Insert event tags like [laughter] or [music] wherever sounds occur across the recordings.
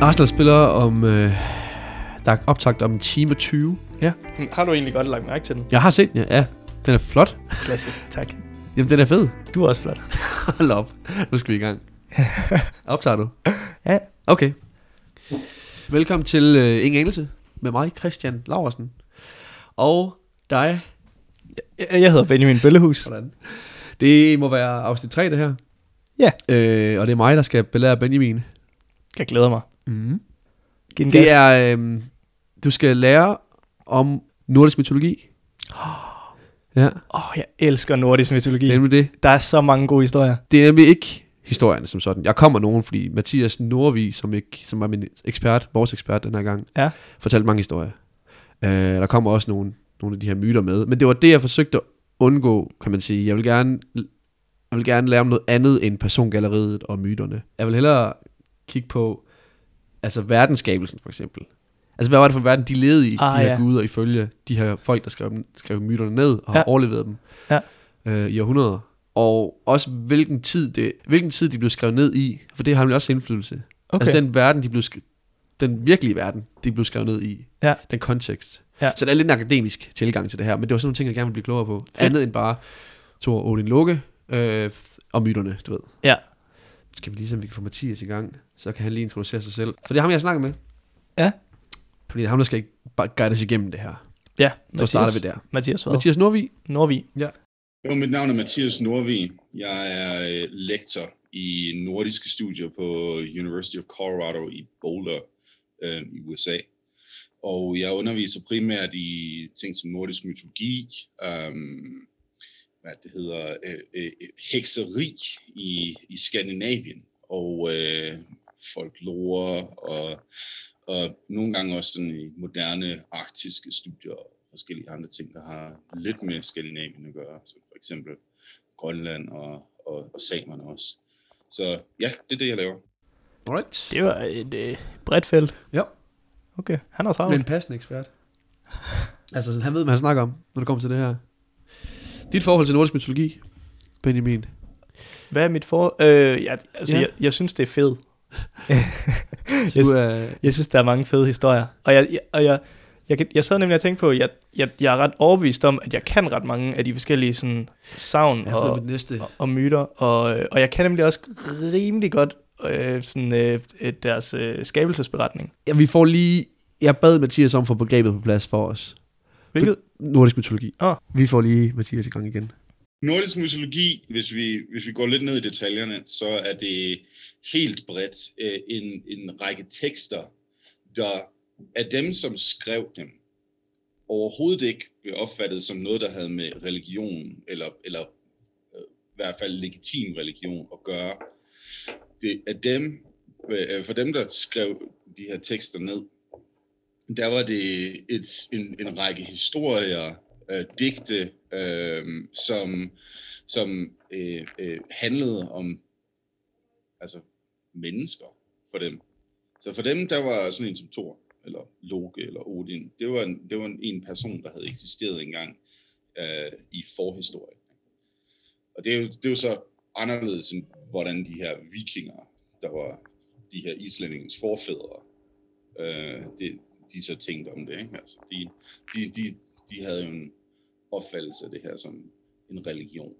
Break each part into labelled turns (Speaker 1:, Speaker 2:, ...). Speaker 1: Arsenal spiller om... Øh, der er optagt om en time og 20.
Speaker 2: Hm, Har du egentlig godt lagt mærke til den?
Speaker 1: Jeg har set den, ja. ja. Den er flot.
Speaker 2: Klasse, tak.
Speaker 1: Jamen, den er fed. [laughs]
Speaker 3: Du er også flot.
Speaker 1: Hold op. Nu skal vi i gang. Optager du?
Speaker 3: Ja.
Speaker 1: Okay. Velkommen til øh, Ingen Anelse med mig, Christian Laversen. Og dig,
Speaker 3: Jeg, jeg hedder Benjamin Bøllehus.
Speaker 1: Sådan. Det må være afsnit 3, det her.
Speaker 3: Ja.
Speaker 1: Øh, og det er mig, der skal belære Benjamin.
Speaker 3: Jeg glæder mig.
Speaker 1: Mm.
Speaker 3: Giv den gas.
Speaker 1: Det er, øh, du skal lære om nordisk mytologi. Ja,
Speaker 3: Åh, jeg elsker nordisk mytologi.
Speaker 1: det er nemlig det.
Speaker 3: Der er så mange gode historier.
Speaker 1: Det er nemlig ikke historierne som sådan. Jeg kommer nogen, fordi Mathias Norvi, som, ikke, som er min ekspert, vores ekspert den her gang,
Speaker 3: Ja.
Speaker 1: fortalte mange historier. Øh, der kommer også nogle, nogle af de her myter med. Men det var det, jeg forsøgte at undgå, kan man sige. Jeg vil gerne, jeg vil gerne lære om noget andet end persongalleriet og myterne. Jeg vil hellere kigge på altså verdensskabelsen for eksempel. Altså hvad var det for en verden, de levede i,
Speaker 3: Ah,
Speaker 1: de her
Speaker 3: ja.
Speaker 1: guder ifølge de her folk, der skrev, dem- skrev myterne ned og har
Speaker 3: Ja.
Speaker 1: overleveret dem
Speaker 3: Ja.
Speaker 1: øh, i århundreder. Og også hvilken tid, det, hvilken tid de blev skrevet ned i, for det har nemlig også indflydelse. Okay. Altså den verden, de blev sk- den virkelige verden, de blev skrevet ned i.
Speaker 3: Ja.
Speaker 1: Den kontekst.
Speaker 3: Ja.
Speaker 1: Så der er lidt en akademisk tilgang til det her, men det var sådan nogle ting, jeg gerne ville blive klogere på. Fedt. Andet end bare Thor Odin Loke øh, f- og myterne, du ved.
Speaker 3: Ja.
Speaker 1: Skal vi lige se, om vi kan få Mathias i gang, så kan han lige introducere sig selv. For det er ham, jeg snakker med.
Speaker 3: Ja.
Speaker 1: Fordi det er ham, der skal ikke bare guide os igennem det her. Så
Speaker 3: Ja,
Speaker 1: starter vi der.
Speaker 3: Mathias hvad? Mathias.
Speaker 1: Mathias Norvi,
Speaker 3: Norvi.
Speaker 4: Jo, mit navn er Mathias Norvi. Jeg er øh, lektor i nordiske studier på University of Colorado i Boulder øh, i USA. Og jeg underviser primært i ting som nordisk mytologi, øh, hvad det hedder, øh, øh, hekseri i, i Skandinavien, og øh, folklore, og, og nogle gange også sådan i moderne arktiske studier og forskellige andre ting, der har lidt med Skandinavien at gøre, som for eksempel Grønland og, og, og samerne også. Så ja, det er det, jeg laver.
Speaker 1: Alright.
Speaker 3: Det var et øh, bredt felt.
Speaker 1: Ja.
Speaker 3: Okay, han har
Speaker 1: Det er
Speaker 3: travlt.
Speaker 1: en passende ekspert. Altså, han ved, hvad han snakker om, når det kommer til det her. Dit forhold til nordisk mytologi, Benjamin.
Speaker 3: Hvad er mit for... Øh, jeg, altså,
Speaker 1: Ja.
Speaker 3: ja. jeg, jeg synes, det er fedt.
Speaker 1: Så
Speaker 3: Yes.
Speaker 1: du er...
Speaker 3: Jeg synes, der er mange fede historier. Og jeg, jeg, og jeg, jeg, kan- jeg sad nemlig og tænkte på, at jeg, jeg, jeg er ret overbevist om, at jeg kan ret mange af de forskellige sådan, savn
Speaker 1: Jeg har
Speaker 3: og,
Speaker 1: mit næste.
Speaker 3: og, og myter. Og, øh, og jeg kan nemlig også rimelig godt øh, sådan, øh, øh, deres øh, skabelsesberetning.
Speaker 1: Ja, vi får lige... Jeg bad Mathias om at få begrebet på plads for os.
Speaker 3: Hvilket,
Speaker 1: Nordisk mytologi.
Speaker 3: Ah.
Speaker 1: Vi får lige Mathias i gang igen.
Speaker 4: Nordisk mytologi, hvis vi, hvis vi går lidt ned i detaljerne, så er det helt bredt øh, en, en række tekster, der af dem, som skrev dem, overhovedet ikke blev opfattet som noget, der havde med religion, eller, eller øh, i hvert fald legitim religion at gøre. Det er dem, øh, for dem, der skrev de her tekster ned, der var det et, en, en række historier, øh, digte, øh, som, som øh, øh, handlede om altså mennesker for dem. Så for dem, der var sådan en som Thor, eller Loke, eller Odin, det var en, det var en, en person, der havde eksisteret engang øh, i forhistorien. Og det er, jo, det er jo så anderledes, end hvordan de her vikinger, der var de her islændingens forfædre, øh, det, de så tænkte om det. Ikke? Altså, de, de, de, de havde jo en opfattelse af det her som en religion.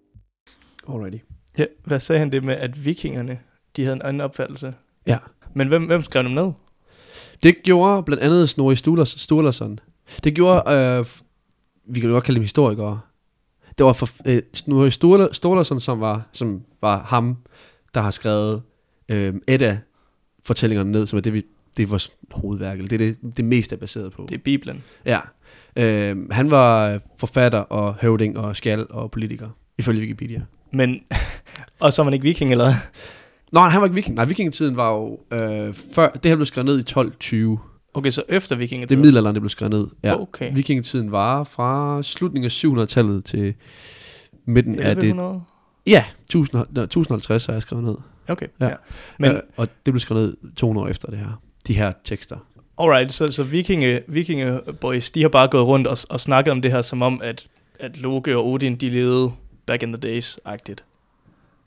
Speaker 1: Alrighty.
Speaker 3: ja, hvad sagde han det med, at vikingerne de havde en anden opfattelse?
Speaker 1: Ja.
Speaker 3: Men hvem, hvem skrev dem ned?
Speaker 1: Det gjorde blandt andet Snorri Sturlas- Sturlason. Det gjorde, øh, f- vi kan jo godt kalde dem historikere. Det var for, øh, Snorri Sturla- Sturlason, som var, som var ham, der har skrevet øh, et af fortællingerne ned, som er det, vi, det er vores hovedværk, eller det er det, det mest er baseret på.
Speaker 3: Det er Bibelen.
Speaker 1: Ja. Øh, han var forfatter og høvding og skal og politiker, ifølge Wikipedia.
Speaker 3: Men, [laughs] og så er man ikke viking, eller?
Speaker 1: Nå, han var ikke viking. Nej, vikingetiden var jo øh, før, det her blev skrevet ned i 1220.
Speaker 3: Okay, så efter
Speaker 1: Det er
Speaker 3: vikingetiden.
Speaker 1: middelalderen, det blev skrevet ned. Ja.
Speaker 3: Okay.
Speaker 1: Vikingetiden var fra slutningen af 700-tallet til midten af det...
Speaker 3: 1100?
Speaker 1: Ja, 1000, nej, 1050 har jeg skrevet ned.
Speaker 3: Okay,
Speaker 1: Ja.
Speaker 3: ja. ja. Men,
Speaker 1: ja, og det blev skrevet ned 200 år efter det her. De her tekster.
Speaker 3: Alright, så, så vikinge, vikingeboys, de har bare gået rundt og, og snakket om det her, som om, at, at Loke og Odin, de levede back in the days-agtigt.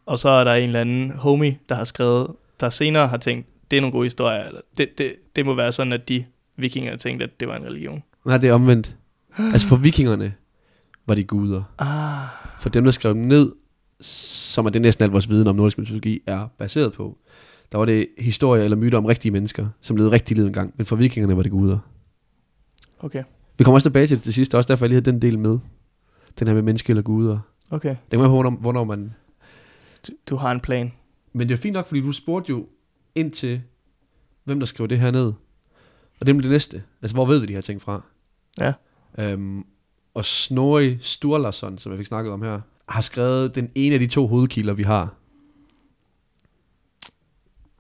Speaker 3: Og så er der en eller anden homie, der har skrevet, der senere har tænkt, det er nogle gode historier. Eller det, det, det må være sådan, at de vikinger tænkte, at det var en religion.
Speaker 1: Nej, det er omvendt. Altså for vikingerne var de guder.
Speaker 3: Ah.
Speaker 1: For dem, der skrev dem ned, som er det næsten al vores viden om nordisk mytologi er baseret på, der var det historier eller myter om rigtige mennesker, som levede rigtig liv engang. Men for vikingerne var det guder.
Speaker 3: Okay,
Speaker 1: Vi kommer også tilbage til det til sidst, og også derfor jeg lige havde den del med. Den her med menneske eller guder.
Speaker 3: okay.
Speaker 1: Det kan man på, hvornår, hvornår man...
Speaker 3: Du, du har en plan.
Speaker 1: Men det er fint nok, fordi du spurgte jo ind til, hvem der skrev det her ned. Og det blev det næste. Altså, hvor ved vi de her ting fra?
Speaker 3: Ja.
Speaker 1: Øhm, og Snorri Sturlason, som jeg fik snakket om her, har skrevet den ene af de to hovedkilder, vi har.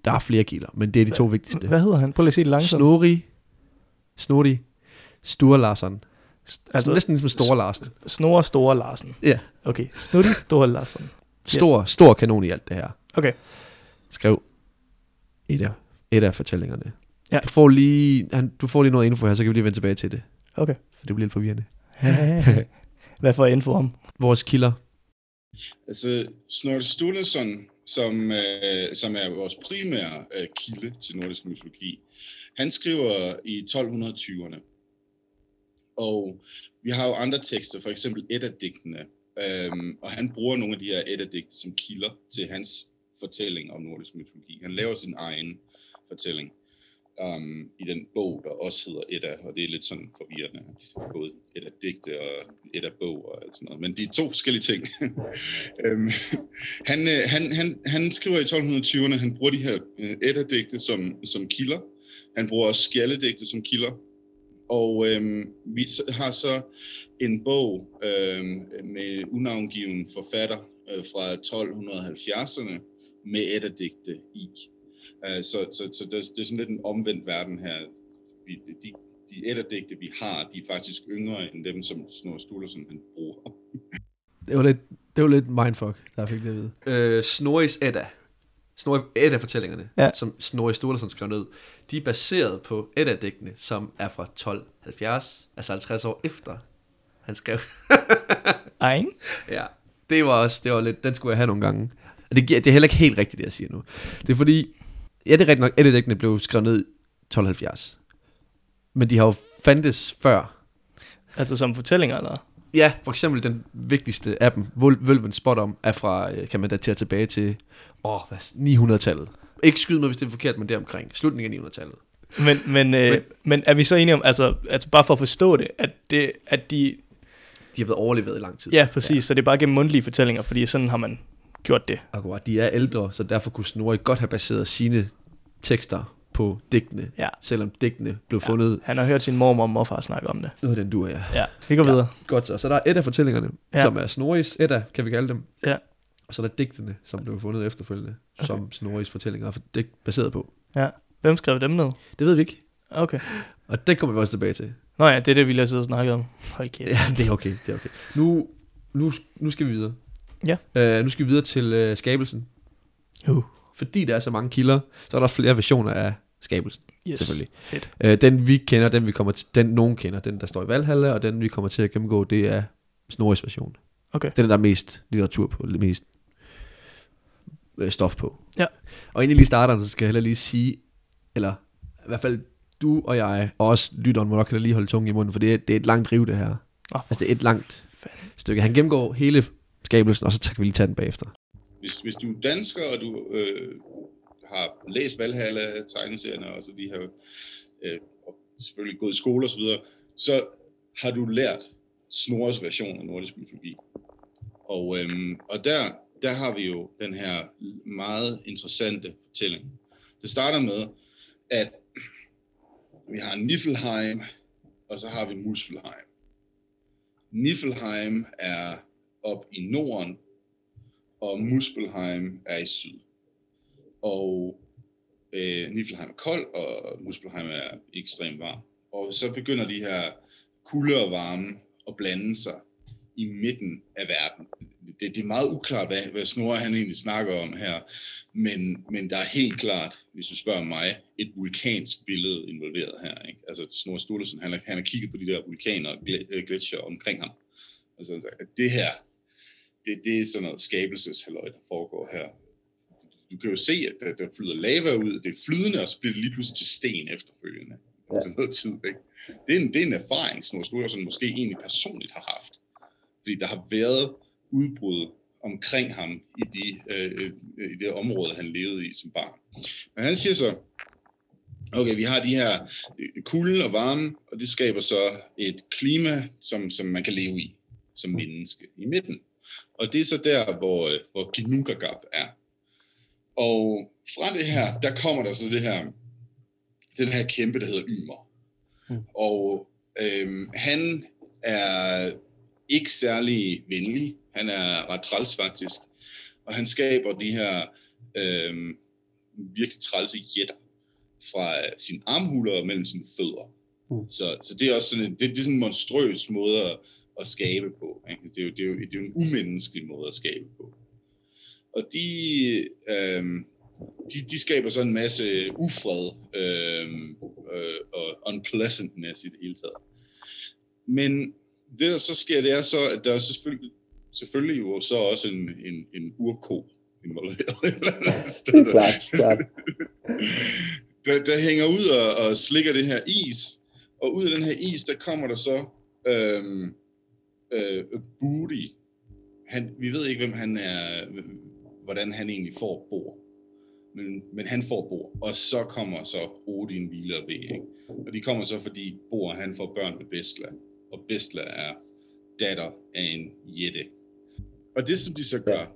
Speaker 1: Der er flere kilder, men det er de to vigtigste.
Speaker 3: Hvad hedder han? Prøv lige at sige det langsomt.
Speaker 1: Snorri, Snorri Sturlason.
Speaker 3: St-
Speaker 1: Altså,
Speaker 3: altså,
Speaker 1: næsten ligesom Store Larsen.
Speaker 3: Snor Store Larsen.
Speaker 1: Ja.
Speaker 3: Okay, Snutti Store Larsen. [laughs]
Speaker 1: Stor, yes. stor kanon i alt det her.
Speaker 3: Okay.
Speaker 1: Skrev et af, et af fortællingerne.
Speaker 3: Ja.
Speaker 1: Du, får lige, han, du får lige noget info her, så kan vi lige vende tilbage til det.
Speaker 3: Okay.
Speaker 1: For det bliver lidt forvirrende.
Speaker 3: Hvad får jeg info om?
Speaker 1: Vores kilder.
Speaker 4: Altså, Snorre Sturluson, som, øh, som er vores primære øh, kilde til nordisk mytologi, han skriver i 1220'erne. Og vi har jo andre tekster, for eksempel Edda-digtene, øhm, og han bruger nogle af de her Edda-digte som kilder til hans fortælling om nordisk mytologi. Han laver sin egen fortælling um, i den bog, der også hedder Edda, og det er lidt sådan forvirrende, både Edda-digte og Edda-bog og alt sådan noget, men de er to forskellige ting. [laughs] Øhm, han, øh, han, han, han skriver i 1220'erne, han bruger de her øh, Edda-digte som, som kilder. Han bruger også skjaldedigte som kilder. Og øhm, vi s- har så en bog øhm, med unavngiven forfatter øh, fra 1270'erne med Edda-digte i. Øh, så så, så det, er- det er sådan lidt en omvendt verden her. Vi, de, de Edda-digte, vi har, de er faktisk yngre end dem, som Snorre Sturluson han bruger.
Speaker 1: Det var lidt, det var lidt mindfuck, der fik det at vide. Øh, Snorris Edda. Snorri Edda-fortællingerne,
Speaker 3: Ja.
Speaker 1: som Snorri Sturlason skrev ned, de er baseret på Edda-dækkene, som er fra 1270, altså 50 år efter han skrev
Speaker 3: Ej, ikke?
Speaker 1: Ja, det var også, det var lidt, den skulle jeg have nogle gange. Og det, giver, det er heller ikke helt rigtigt, det jeg siger nu. Det er fordi, ja, det er rigtigt nok, Editægtene blev skrevet ned i 1270. Men de har jo fandtes før.
Speaker 3: Altså som fortællinger, eller?
Speaker 1: Ja, for eksempel den vigtigste af dem, Vul- Vølven Spot om, er fra, øh, kan man datere tilbage til, åh, hvad, 900-tallet. Ikke skyd mig, hvis det er forkert, men deromkring. Slutningen af 900-tallet.
Speaker 3: Men, men, øh, men er vi så enige om, altså, altså bare for at forstå det, at, det, at de...
Speaker 1: De har været overleveret i lang tid.
Speaker 3: Ja, præcis, ja. så det er bare gennem mundtlige fortællinger, fordi sådan har man gjort det.
Speaker 1: Akkurat, de er ældre, så derfor kunne Snorri godt have baseret sine tekster på digtene,
Speaker 3: Ja.
Speaker 1: selvom digtene blev fundet
Speaker 3: Han har hørt sin mormor og morfar snakke om det.
Speaker 1: Noget af den dur, ja.
Speaker 3: Ja, vi går ja. videre.
Speaker 1: Godt så. Så der er et af fortællingerne, ja.
Speaker 3: Ja.
Speaker 1: som er Snorris Edda, kan vi kalde dem.
Speaker 3: Ja.
Speaker 1: Og så er der digtene, som blev fundet efterfølgende, okay. som Snorris fortællinger er for- digt- baseret på.
Speaker 3: Ja. Hvem skrev dem ned?
Speaker 1: Det ved vi ikke.
Speaker 3: Okay.
Speaker 1: Og det kommer vi også tilbage til.
Speaker 3: Nå ja, det er det, vi lige har siddet og snakket om. Hold kæft.
Speaker 1: Ja, det er okay. Det er okay. Nu, nu, nu skal vi videre.
Speaker 3: Ja.
Speaker 1: Øh, nu skal vi videre til øh, skabelsen.
Speaker 3: Uh.
Speaker 1: Fordi der er så mange kilder, så er der flere versioner af skabelsen.
Speaker 3: Yes.
Speaker 1: Selvfølgelig.
Speaker 3: Fedt.
Speaker 1: Øh, den vi kender, den vi kommer til, den nogen kender, den der står i Valhalla, og den vi kommer til at gennemgå, det er Snorris version.
Speaker 3: Okay.
Speaker 1: Den er der er mest litteratur på, lidt mest øh, stof på.
Speaker 3: Ja.
Speaker 1: Og inden jeg lige starter, så skal jeg heller lige sige, eller i hvert fald du og jeg, og også lytteren, må nok heller lige holde tungen i munden, for det er, det er et langt riv, det her.
Speaker 3: Åh,
Speaker 1: Altså, det er et langt
Speaker 3: fanden.
Speaker 1: stykke. Han gennemgår hele skabelsen, og så kan vi lige tage den bagefter.
Speaker 4: hvis, hvis du er dansker, og du øh, har læst Valhalla, tegneserierne og så de her, øh, og selvfølgelig gået i skole osv., så, videre, så har du lært Snorres version af nordisk mytologi. Og, øhm, og der, der har vi jo den her meget interessante fortælling. Det starter med, at vi har Niflheim, og så har vi Muspelheim. Niflheim er op i Norden, og Muspelheim er i syd. Og øh, Niflheim er kold, og Muspelheim er ekstremt varm. Og så begynder de her kulde og varme at blande sig i midten af verden. Det, det er meget uklart, hvad, hvad Snorre han egentlig snakker om her, men, men der er helt klart, hvis du spørger mig, et vulkansk billede involveret her. Ikke? Altså Snorre Sturluson, han, har- han har kigget på de der vulkaner og gl- øh, gletsjer omkring ham. Altså det her, det, det er sådan noget skabelseshalløj, der foregår her. du kan jo se, at der, der flyder lava ud, det er flydende, og så bliver det lige pludselig til sten efterfølgende. Ja. Efter noget tid, ikke? Det er en, det er en erfaring, Snorre Sturluson måske egentlig personligt har haft. Fordi der har været udbrud omkring ham i, de, øh, øh, i det område, han levede i som barn. Men han siger så, okay, vi har de her øh, kulde og varme, og det skaber så et klima, som, som man kan leve i som menneske i midten. Og det er så der, hvor, øh, hvor Kinukagab er. Og fra det her, der kommer der så det her, den her kæmpe, der hedder Ymer.
Speaker 3: Mm.
Speaker 4: Og øhm, han er ikke særlig venlig. Han er ret træls faktisk. Og han skaber de her øhm, virkelig trælse jætter fra øh, sine armhuler og mellem sine fødder.
Speaker 1: Mm.
Speaker 4: Mm. Så, så det er også sådan en, det, det er sådan en monstrøs måde at, at skabe på. Ikke? Det, er jo, det, er jo, det er jo en umenneskelig måde at skabe på. Og de, øh, de, de skaber så en masse ufred øh, øh, og unpleasantness i det hele taget. Men det der så sker, det er så, at der er selvfølgelig, selvfølgelig jo så også en, en, en urko involveret. et eller andet sted.
Speaker 5: Klart, klart.
Speaker 4: [laughs] der, der hænger ud og, og slikker det her is, og ud af den her is, der kommer der så øhm, øh, Booty. Han, vi ved ikke, hvem han er, hvordan han egentlig får bord. Men, men han får bord, og så kommer så Odin hviler ved, ikke? Og de kommer så, fordi Bor han får børn med Bestla, og Bestla er datter af en jætte. Og det, som de så gør,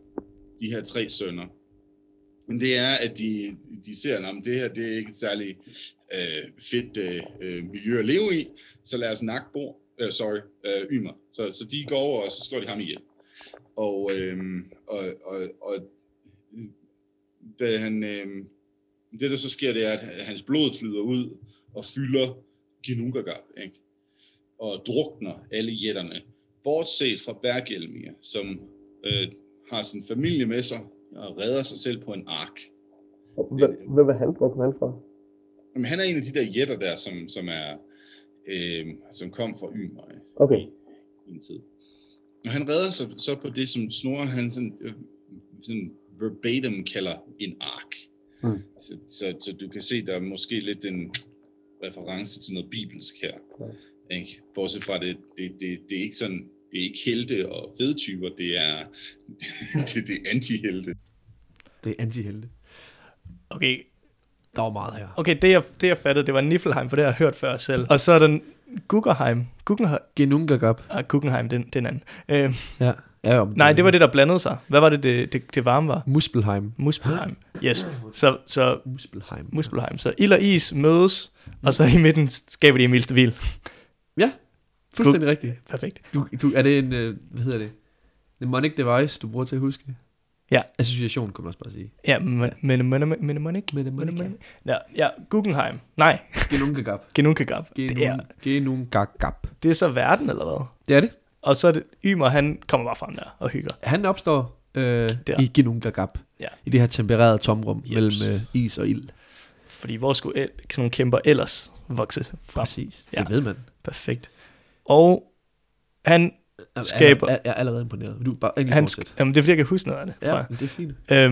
Speaker 4: de her tre sønner, men det er, at de, de ser, at det her det er ikke et særligt øh, fedt øh, øh, miljø at leve i, så lad os nakke bor, øh, sorry, øh, ymer. Så, så de går over, og så slår de ham ihjel. Og, øh, og, og, og øh, da han, øh, det der så sker, det er, at hans blod flyder ud og fylder Ginugagab, ikke? og drukner alle jætterne, bortset fra Bergelmir, som øh, har sin familie med sig og redder sig selv på en ark. Øh.
Speaker 5: Hvem- Hvem er han? Hvor kom han fra?
Speaker 4: Jamen, han er en af de der jætter der, som, som, er, øh, som kom fra Ymer øh,
Speaker 5: Okay.
Speaker 4: i en tid. Og han redder sig så på det, som Snorre han sådan, øh, sådan verbatim kalder en ark.
Speaker 1: Mm.
Speaker 4: Så, så, så du kan se, der er måske lidt en reference til noget bibelsk her. Ikke? Bortset fra, det, det, det, det er ikke sådan, det er ikke helte og fedtyper, det er, [laughs] det, det er antihelte.
Speaker 1: Det er antihelte.
Speaker 3: Okay,
Speaker 1: Der var meget her.
Speaker 3: okay det, jeg, det jeg fattede, det var Niflheim, for det har jeg hørt før selv. Og så er den Guggenheim. Guggenheim,
Speaker 1: Genungagab.
Speaker 3: ah, Guggenheim den, den anden. Øh,
Speaker 1: Ja. ja om
Speaker 3: nej, det var det, der blandede sig. Hvad var det, det, det, det varme var?
Speaker 1: Muspelheim.
Speaker 3: Muspelheim. Yes. Så, så
Speaker 1: Muspelheim.
Speaker 3: Muspelheim. Så ild og is mødes, og så i midten skaber de Emil Stavil.
Speaker 1: Ja, fuldstændig rigtigt.
Speaker 3: Perfekt.
Speaker 1: Du, du, er det en, øh, hvad hedder det? Mnemonic device, du bruger til at huske?
Speaker 3: Ja.
Speaker 1: Association, kan man også bare sige.
Speaker 3: Ja, men- men men- men- Mnemonic.
Speaker 1: Mnemonic.
Speaker 3: Mnemonic. Ja, ja, Guggenheim. Nej,
Speaker 1: Genungagab.
Speaker 3: Genunkegab. Det er,
Speaker 1: Genungagab.
Speaker 3: det er så verden, eller hvad?
Speaker 1: Det er det.
Speaker 3: Og så er det Ymer, han kommer bare frem der og hygger.
Speaker 1: Han opstår øh,
Speaker 3: Der.
Speaker 1: i Genungagab.
Speaker 3: Ja.
Speaker 1: I det her tempererede tomrum
Speaker 3: Jeps.
Speaker 1: mellem øh, is og ild.
Speaker 3: Fordi hvor skulle el- sådan nogle kæmper ellers vokse frem?
Speaker 1: Præcis.
Speaker 3: Ja.
Speaker 1: Det ved man.
Speaker 3: Perfekt. Og han,
Speaker 1: Jeg-
Speaker 3: Skaber.
Speaker 1: Jeg, jeg, er allerede imponeret. Du er bare egentlig
Speaker 3: han
Speaker 1: han
Speaker 3: sk- jamen, det er fordi, jeg kan huske noget af det, ja. tror
Speaker 1: Ja,
Speaker 3: jeg.
Speaker 1: men det er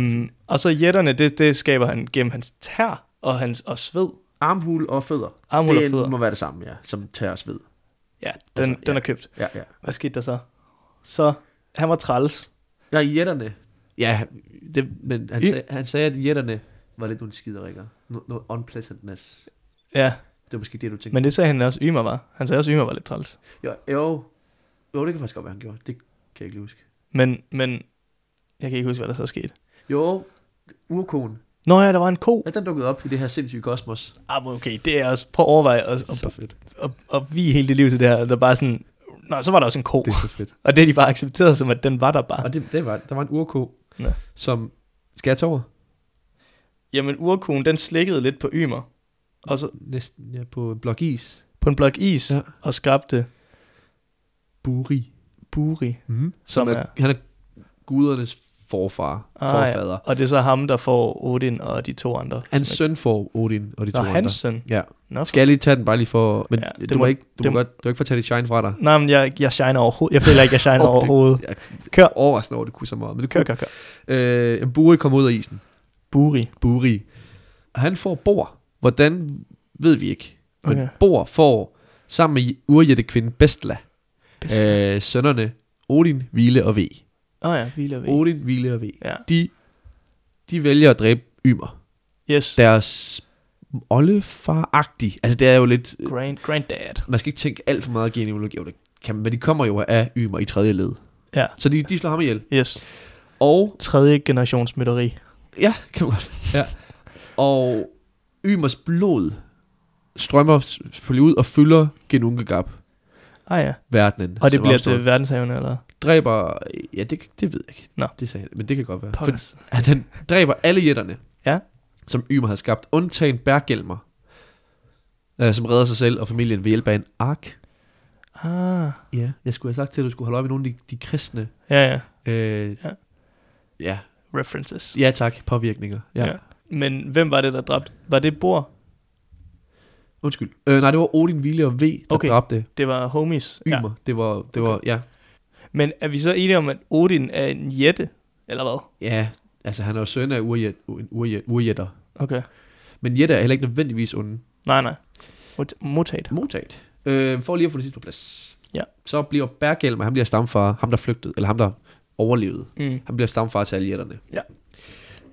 Speaker 1: fint.
Speaker 3: Øhm, og så jætterne, det, det skaber han gennem hans tær og, hans, og sved.
Speaker 1: Armhul og fødder.
Speaker 3: Armhul og
Speaker 1: det
Speaker 3: fødder.
Speaker 1: må være det samme, ja, som tager os ved.
Speaker 3: Ja, den,
Speaker 1: Altså,
Speaker 3: altså, den
Speaker 1: ja.
Speaker 3: er købt.
Speaker 1: Ja, ja.
Speaker 3: Hvad skete der så? Så han var træls.
Speaker 1: Ja, jætterne. Ja, det, men han,
Speaker 3: I-
Speaker 1: sag, han sagde, at jætterne var lidt nogle skiderikker. Noget no unpleasantness.
Speaker 3: Ja,
Speaker 1: Det var måske det, du tænkte.
Speaker 3: men det sagde han også, Ymer var. Han sagde også, Ymer var lidt træls.
Speaker 1: Jo, jo, jo, det kan faktisk godt være, han gjorde. Det kan jeg ikke lige huske.
Speaker 3: Men, men jeg kan ikke huske, hvad der så skete.
Speaker 1: Jo, urkonen.
Speaker 3: Nå ja, der var en ko.
Speaker 1: Ja, den dukkede op i det her sindssyge kosmos.
Speaker 3: Ah, men okay, det er også, prøv at overveje at, at,
Speaker 1: fedt.
Speaker 3: at, at vie hele dit liv til det her. og Der bare sådan, Nå, så var der også en ko.
Speaker 1: Det er så fedt.
Speaker 3: Og det er de bare accepteret som, at den var der bare.
Speaker 1: [laughs] Og det, det var, der var en urko,
Speaker 3: Ja.
Speaker 1: som... Skal jeg tage over?
Speaker 3: Jamen, urkonen, den slikkede lidt på Ymer. Og så
Speaker 1: Næsten ja, på en blok is.
Speaker 3: på en blok is,
Speaker 1: Ja.
Speaker 3: ja. og skabte
Speaker 1: Buri.
Speaker 3: Buri,
Speaker 1: Mm-hmm.
Speaker 3: Mhm. som
Speaker 1: han,
Speaker 3: er...
Speaker 1: er, han er gudernes forfar,
Speaker 3: Ah,
Speaker 1: forfader.
Speaker 3: Ja. Og det er så ham, der får Odin og de to andre.
Speaker 1: Hans
Speaker 3: som er-
Speaker 1: søn får Odin og de to
Speaker 3: Nå,
Speaker 1: andre.
Speaker 3: hans søn.
Speaker 1: Ja.
Speaker 3: Nå,
Speaker 1: Skal jeg lige tage den bare lige for... Men
Speaker 3: Ja,
Speaker 1: ja,
Speaker 3: det
Speaker 1: du, må,
Speaker 3: må-
Speaker 1: ikke, du,
Speaker 3: det
Speaker 1: må
Speaker 3: må-
Speaker 1: godt, du kan ikke få tage dit shine fra dig.
Speaker 3: Nej, men jeg, jeg shiner overhovedet. Jeg føler ikke, jeg [laughs] shiner
Speaker 1: Åh, det-
Speaker 3: overhovedet.
Speaker 1: Jeg
Speaker 3: Kør.
Speaker 1: er overraskende over, at du kunne så meget. Men det
Speaker 3: Kør,
Speaker 1: kunne,
Speaker 3: kør, kør.
Speaker 1: Øh, Buri kom ud af isen.
Speaker 3: Buri.
Speaker 1: Buri. Han får Bor. Hvordan ved vi ikke. Men
Speaker 3: Okay.
Speaker 1: okay. Bor får sammen med urjættekvinden Bestla, Bestla. Øh, sønnerne Odin, Vile og V.
Speaker 3: Åh oh, ja, Vila V.
Speaker 1: Odin, Vile og V.
Speaker 3: Ja.
Speaker 1: De, de vælger at dræbe Ymer.
Speaker 3: Yes.
Speaker 1: Deres oldefar-agtig. Altså det er jo lidt...
Speaker 3: Grand, granddad.
Speaker 1: Man skal ikke tænke alt for meget genealogi. Jo, det kan, man, men de kommer jo af Ymer i tredje led.
Speaker 3: Ja.
Speaker 1: Så de, de slår ham ihjel.
Speaker 3: Yes.
Speaker 1: Og
Speaker 3: Tredje generations mytteri.
Speaker 1: Ja, kan man godt. Ja. Og Ymers blod strømmer selvfølgelig ud og fylder Genunkegab
Speaker 3: Ah ja.
Speaker 1: verdenen.
Speaker 3: Og det
Speaker 1: som
Speaker 3: bliver
Speaker 1: opstår.
Speaker 3: til verdenshavene, eller?
Speaker 1: Dræber... Ja, det, det ved jeg ikke.
Speaker 3: Nå.
Speaker 1: Det sagde jeg, men det kan godt være. For,
Speaker 3: Pokkers.
Speaker 1: at han dræber alle jætterne,
Speaker 3: Ja.
Speaker 1: som Ymer har skabt, undtagen Bergelmer, øh, som redder sig selv og familien ved hjælp af en ark.
Speaker 3: Ah.
Speaker 1: Ja. Jeg skulle have sagt til, at du skulle holde op i nogle af de, de kristne...
Speaker 3: Ja, ja.
Speaker 1: Øh,
Speaker 3: Ja.
Speaker 1: ja.
Speaker 3: References.
Speaker 1: Ja, tak. Påvirkninger. Ja. ja.
Speaker 3: Ja. Men hvem var det, der dræbte? Var det Bor?
Speaker 1: Undskyld. Øh, nej, det var Odin, Vilje og V, der
Speaker 3: Okay.
Speaker 1: okay. dræbte
Speaker 3: Det var homies.
Speaker 1: Ymer. Ja. Det var, det var, ja.
Speaker 3: Men er vi så enige om, at Odin er en jætte? Eller hvad?
Speaker 1: Ja, altså han er jo søn af urjet, en urjet, urjetter.
Speaker 3: Okay.
Speaker 1: Men jætter er heller ikke nødvendigvis onde.
Speaker 3: Nej, nej. Mot- Motat.
Speaker 1: Modtaget. Øh, for lige at få det sidste på plads.
Speaker 3: Ja.
Speaker 1: Så bliver Bergelmer, han bliver stamfar, ham der flygtede, eller ham der overlevede.
Speaker 3: Mm.
Speaker 1: Han bliver stamfar til alle jætterne.
Speaker 3: Ja.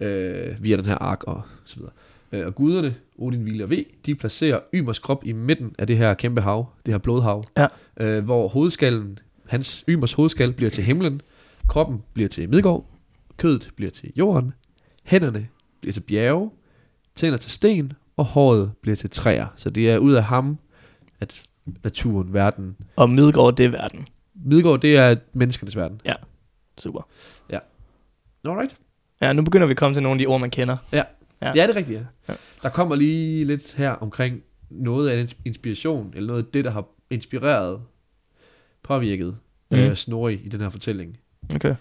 Speaker 1: Øh, via den her ark og så videre. Øh, og guderne, Odin, Vile og V, de placerer Ymers krop i midten af det her kæmpe hav, det her blodhav.
Speaker 3: Ja.
Speaker 1: Øh, hvor hovedskallen, hans, Ymers hovedskal bliver til himlen, kroppen bliver til Midgård, kødet bliver til jorden, hænderne bliver til bjerge, tænder til sten, og håret bliver til træer. Så det er ud af ham, at naturen, verden.
Speaker 3: Og Midgård, det er verden.
Speaker 1: Midgård, det er menneskenes verden.
Speaker 3: Super.
Speaker 1: Alright.
Speaker 3: Ja, nu begynder vi at komme til nogle af de ord, man kender.
Speaker 1: Ja,
Speaker 3: Ja.
Speaker 1: ja det er rigtigt. Ja.
Speaker 3: Ja.
Speaker 1: Der kommer lige lidt her omkring noget af en inspiration, eller noget af det, der har inspireret, påvirket mm.
Speaker 3: Mhm.
Speaker 1: øh, Snorri i den her fortælling.
Speaker 3: Okay.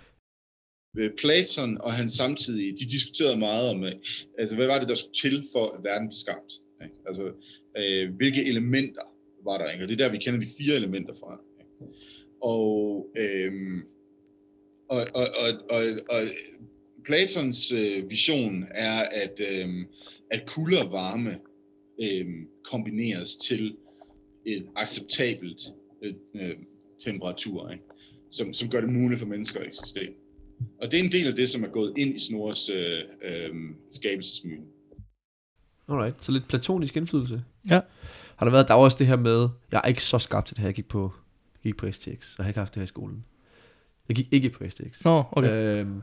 Speaker 4: Øh, Platon og han samtidige, de diskuterede meget om, øh, altså hvad var det, der skulle til for, at verden blev skabt? Ikke? Altså, øh, hvilke elementer var der? Ikke? Og det er der, vi kender de fire elementer fra. Ikke? Og, øh, og, og, og, og, og Platons øh, vision er, at, øh, at kulde og varme øh, kombineres til et acceptabelt øh, øh, temperatur, ikke? Som, som gør det muligt for mennesker at eksistere. Og det er en del af det, som er gået ind i Snores øh, øh, skabelsesmyte.
Speaker 1: Alright, så lidt platonisk indflydelse.
Speaker 3: Ja.
Speaker 1: Har der været, der var også det her med, jeg er ikke så skarp til det her, jeg gik på, jeg gik på STX, og jeg har ikke haft det her i skolen. Jeg gik ikke på STX.
Speaker 3: Nå, okay. Øh.
Speaker 1: Øhm,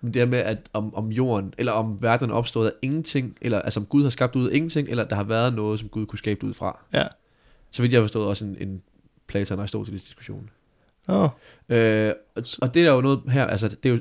Speaker 1: men det her med, at om, om jorden, eller om verden er opstået af ingenting, eller altså om Gud har skabt ud af ingenting, eller at der har været noget, som Gud kunne skabe ud fra.
Speaker 3: Ja.
Speaker 1: Så vidt jeg har forstået også en, en Platon og Aristoteles diskussion.
Speaker 3: Nå,
Speaker 1: Øh, og, og det er der jo noget her, altså det er jo,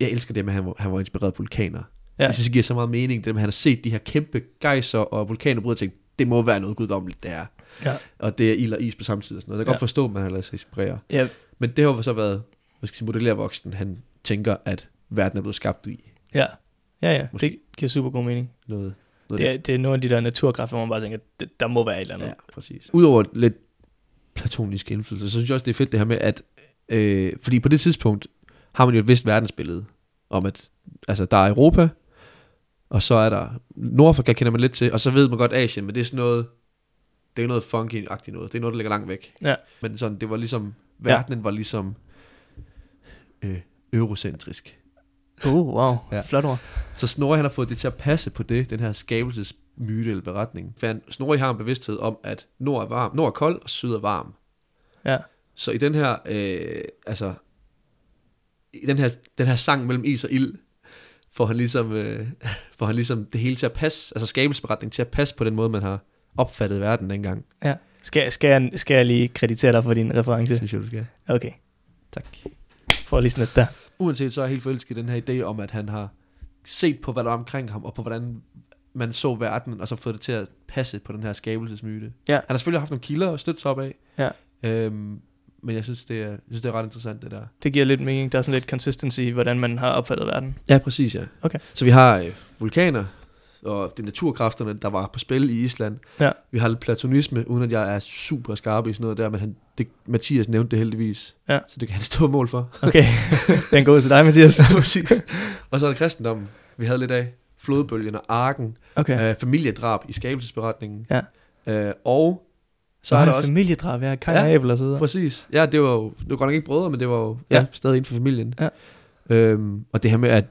Speaker 1: jeg elsker det med, at han, var- han var inspireret af vulkaner. Ja.
Speaker 3: Ja.
Speaker 1: Jeg synes, det giver så meget mening, det med, at han har set de her kæmpe gejser og vulkaner bryde, og tænkt, det må være noget guddommeligt, det her.
Speaker 3: Ja.
Speaker 1: Og det er ild og is på samme tid og sådan noget. Jeg kan ja.
Speaker 3: Ja.
Speaker 1: godt forstå, at man har lavet sig inspirere.
Speaker 3: ja,
Speaker 1: Men det har jo så været, hvad skal jeg sige, modellervoksen, han tænker, at verden er blevet skabt i
Speaker 3: ja. Ja, ja.
Speaker 1: Måske.
Speaker 3: Det giver super god mening.
Speaker 1: noget. noget
Speaker 3: Det er, det er nogle af de der naturkræfter, hvor man bare tænker, "Det- der må være et eller andet.
Speaker 1: Ja, præcis. Udover lidt platonisk indflydelse, så synes jeg også, det er fedt det her med, at... Øh, fordi på det tidspunkt har man jo et vist verdensbillede om, at altså, der er Europa, og så er der... Nordafrika kender man lidt til, og så ved man godt Asien, men det er sådan noget... Det er noget funky-agtigt noget. Det er noget, der ligger langt væk.
Speaker 3: Ja.
Speaker 1: Men sådan, det var ligesom... Verdenen ja. var ligesom... Øh, eurocentrisk.
Speaker 3: Oh, wow.
Speaker 1: Ja.
Speaker 3: Ja. Flot ord.
Speaker 1: Så Snorri han har fået det til at passe på det, den her skabelsesmyte eller beretning. For han, Snorri har en bevidsthed om, at nord er, varm, nord er kold, og syd er varm.
Speaker 3: Ja.
Speaker 1: Så i den her, øh, altså, i den her, den her sang mellem is og ild, får han ligesom, øh, [laughs] får han ligesom det hele til at passe, altså skabelsesberetningen til at passe på den måde, man har opfattet verden dengang.
Speaker 3: Ja. Skal, skal, jeg, skal jeg lige kreditere dig for din reference?
Speaker 1: Det synes jeg, du skal.
Speaker 3: Okay.
Speaker 1: Tak.
Speaker 3: Får lige sådan et der.
Speaker 1: Uanset så er jeg helt forelsket i den her idé om, at han har set på, hvad der er omkring ham, og på hvordan man så verden, og så fået det til at passe på den her skabelsesmyte.
Speaker 3: Ja.
Speaker 1: Han har selvfølgelig haft nogle kilder at støtte sig op af,
Speaker 3: Ja.
Speaker 1: øhm, men jeg synes, det er, jeg synes, det er ret interessant, det der.
Speaker 3: Det giver lidt mening. Der er sådan lidt consistency i, hvordan man har opfattet verden.
Speaker 1: Ja, præcis, ja.
Speaker 3: Okay.
Speaker 1: Så vi har øh, vulkaner, og de naturkræfterne, der var på spil i Island.
Speaker 3: Ja.
Speaker 1: Vi har lidt platonisme, uden at jeg er super skarp i sådan noget der, men han, det, Mathias nævnte det heldigvis.
Speaker 3: Ja.
Speaker 1: Så det kan han stå mål for.
Speaker 3: [laughs] Okay. Den går ud til dig, Mathias.
Speaker 1: præcis. Og så er der kristendommen. vi havde lidt af. Flodbølgen og Arken.
Speaker 3: Okay.
Speaker 1: Ja. Øh, familiedrab i skabelsesberetningen.
Speaker 3: Ja.
Speaker 1: Øh, og så
Speaker 3: Nå,
Speaker 1: er der også...
Speaker 3: familiedrab, ja. Kaj
Speaker 1: Ja.
Speaker 3: ja. Abel og så videre.
Speaker 1: Præcis. Ja, det var jo det var godt nok ikke brødre, men det var jo ja.
Speaker 3: Ja.
Speaker 1: Ja, stadig inden for familien.
Speaker 3: Ja.
Speaker 1: Øhm, og det her med, at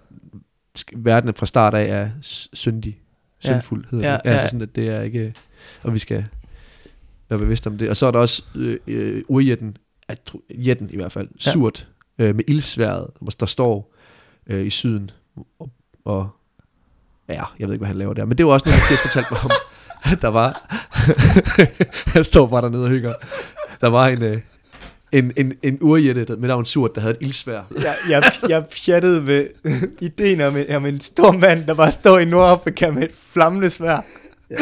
Speaker 1: sk- verden fra start af er s- syndig.
Speaker 3: Ja.
Speaker 1: Syndfuld hedder
Speaker 3: Ja,
Speaker 1: det. Ja, altså
Speaker 3: ja.
Speaker 1: sådan, at det er ikke... Og vi skal være bevidste om det. Og så er der også øh, øh, urjætten, at tro- jætten i hvert fald,
Speaker 3: Ja.
Speaker 1: surt, øh, med ildsværet, hvor der står øh, i syden. Og, og, ja, jeg ved ikke, hvad han laver der. Men det var også noget, Mathias fortalte [laughs] mig om. at Der var... [laughs] han står bare dernede og hygger. Der var en... Øh, en, en, en urjætte der- med navn Surt, der havde et ildsvær.
Speaker 3: Jeg, jeg, jeg pjattede med [laughs] ideen om en, om en stor mand, der bare står i Nordafrika med et flammende svær. Ja.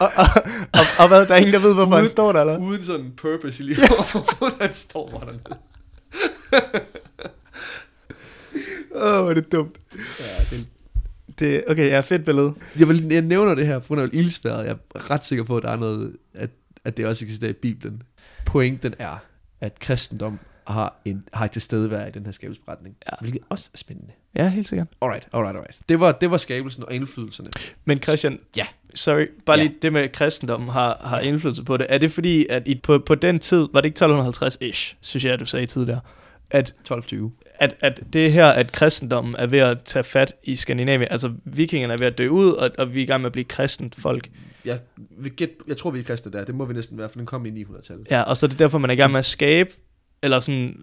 Speaker 3: Og, og, og, og hvad, der er ingen, der ved, hvorfor han står der, eller?
Speaker 1: Uden sådan en purpose i livet. [laughs] Ja. han står bare dernede.
Speaker 3: Åh, oh, hvor er det dumt. Ja, det, det, okay, ja, fedt billede.
Speaker 1: Jeg, vil, jeg nævner det her på grund af ildsværet. Jeg er ret sikker på, at der er noget, at, at det også eksisterer i Bibelen. Pointen er, at kristendom har, en, har et tilstedeværelse i den her skabelsberetning. Ja. Hvilket også er spændende.
Speaker 3: Ja, helt sikkert.
Speaker 1: Alright, alright, alright. Det var, det var skabelsen og indflydelserne.
Speaker 3: Men Christian,
Speaker 1: Ja.
Speaker 3: sorry, bare
Speaker 1: Ja.
Speaker 3: lige det med kristendommen har, har indflydelse på det. Er det fordi, at I, på, på den tid, var det ikke 1250-ish, synes jeg, du sagde tidligere, at
Speaker 1: 12-20.
Speaker 3: at, at det her, at kristendommen er ved at tage fat i Skandinavien, altså vikingerne er ved at dø ud, og, og vi er i gang med at blive kristent folk.
Speaker 1: Jeg, vi gæt, jeg tror, vi er kristne der. Det må vi næsten være, for den kom i 900-tallet.
Speaker 3: Ja, og så er det derfor, man er i gang
Speaker 1: Mm.
Speaker 3: med at skabe, eller sådan,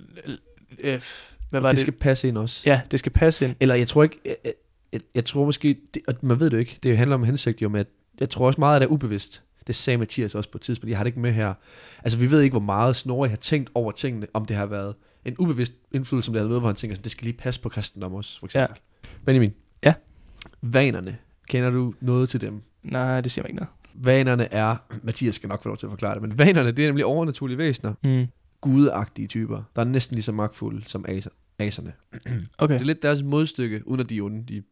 Speaker 3: øh, hvad var det?
Speaker 1: Det skal passe ind også.
Speaker 3: Ja, det skal passe ind.
Speaker 1: Eller jeg tror ikke, jeg, jeg- jeg, jeg tror måske, det, og man ved det jo ikke, det handler om hensigt jo, men jeg, jeg tror også meget, at det er ubevidst. Det sagde Mathias også på et tidspunkt, jeg har det ikke med her. Altså vi ved ikke, hvor meget Snorre har tænkt over tingene, om det har været en ubevidst indflydelse, som det har været, hvor han tænker sådan, det skal lige passe på kristendom også, for eksempel. Ja. Benjamin.
Speaker 3: Ja.
Speaker 1: Vanerne. Kender du noget til dem?
Speaker 3: Nej, det siger man ikke noget.
Speaker 1: Vanerne er, Mathias skal nok få lov til at forklare det, men vanerne, det er nemlig overnaturlige væsener,
Speaker 3: Mm.
Speaker 1: gudeagtige typer, der er næsten lige så magtfulde som aser, aserne.
Speaker 3: Okay.
Speaker 1: Det er lidt deres modstykke, uden at de er onde. De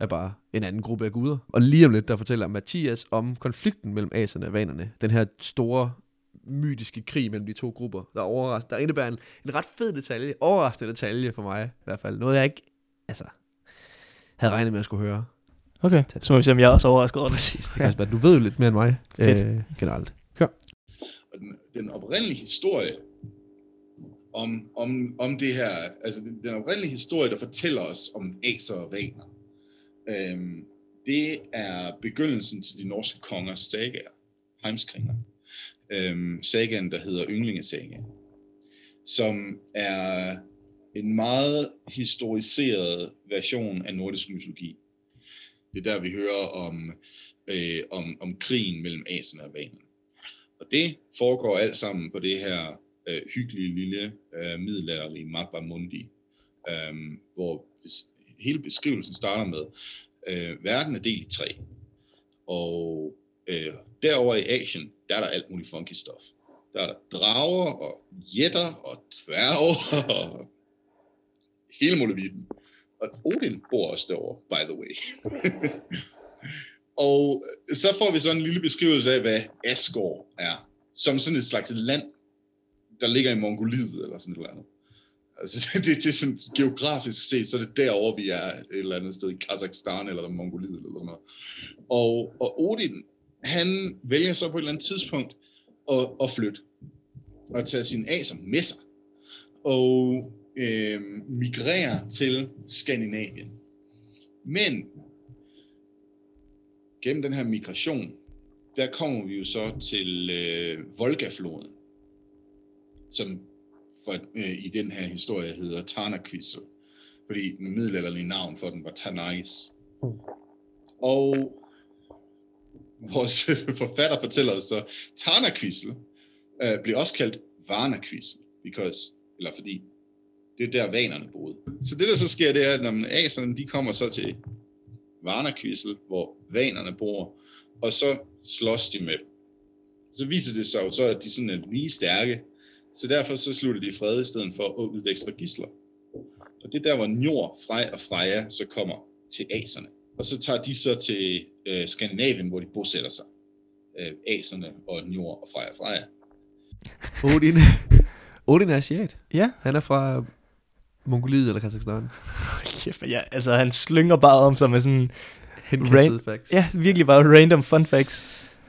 Speaker 1: er bare en anden gruppe af guder. Og lige om lidt, der fortæller Mathias om konflikten mellem aserne og vanerne. Den her store mytiske krig mellem de to grupper, der, overras- der indebærer en, en ret fed detalje, overraskende detalje for mig i hvert fald. Noget jeg ikke altså, havde regnet med at skulle høre.
Speaker 3: Okay. Så må vi se, om jeg er også overrasket over det.
Speaker 1: Præcis, det kan også være, du ved jo lidt mere end mig
Speaker 3: Fedt.
Speaker 1: Øh, generelt.
Speaker 4: Og den, den oprindelige historie om, om, om det her, altså den, den oprindelige historie, der fortæller os om æser og vaner, øhm, det er begyndelsen til de norske kongers sagaer, heimskringer. Øhm, sagaen, der hedder Ynglingesagaen, som er en meget historiseret version af nordisk mytologi. Det er der, vi hører om, øh, om, om krigen mellem aserne og vanerne. Og det foregår alt sammen på det her øh, hyggelige lille øh, middelalderlige mappa mundi, øh, hvor bes- hele beskrivelsen starter med, øh, verden er delt i tre. Og øh, derover i Asien, der er der alt muligt funky stof. Der er der drager og jætter og dværge og hele muligheden. Og Odin bor også derovre, by the way. [laughs] og så får vi sådan en lille beskrivelse af, hvad Asgård er. Som sådan et slags land, der ligger i Mongoliet eller sådan et eller andet. Altså, [laughs] det, det er sådan geografisk set, så er det derovre, vi er et eller andet sted i Kazakhstan eller Mongoliet eller sådan noget. Og, og Odin, han vælger så på et eller andet tidspunkt at, at flytte og tage sine aser med sig og øh, migrere til Skandinavien. Men gennem den her migration, der kommer vi jo så til øh, Volgafloden, som for, øh, i den her historie hedder Tarnakvissel, fordi den middelalderlige navn for den var Tanais.
Speaker 5: Mm.
Speaker 4: Og vores [laughs] forfatter fortæller os så, Tarnakvissel øh, bliver også kaldt Varnakvissel, because, eller fordi det er der vanerne boede. Så det der så sker, det er, at når man- aserne de kommer så til Varnakvissel, hvor vanerne bor, og så slås de med dem. Så viser det sig jo så, at de sådan er lige stærke, så derfor så slutter de fred i stedet for at udveksle gisler. Og det er der, hvor Njord, Frej og Freja så kommer til aserne. Og så tager de så til øh, Skandinavien, hvor de bosætter sig. Øh, aserne og Njord og Freja og Freja.
Speaker 1: [laughs] Odin. Odin er asiat.
Speaker 3: Ja.
Speaker 1: Han er fra Mongoliet eller Kazakhstan.
Speaker 3: Hold kæft, ja, altså han slynger bare om sig med sådan,
Speaker 1: Henkastede facts.
Speaker 3: ja, virkelig bare random fun facts.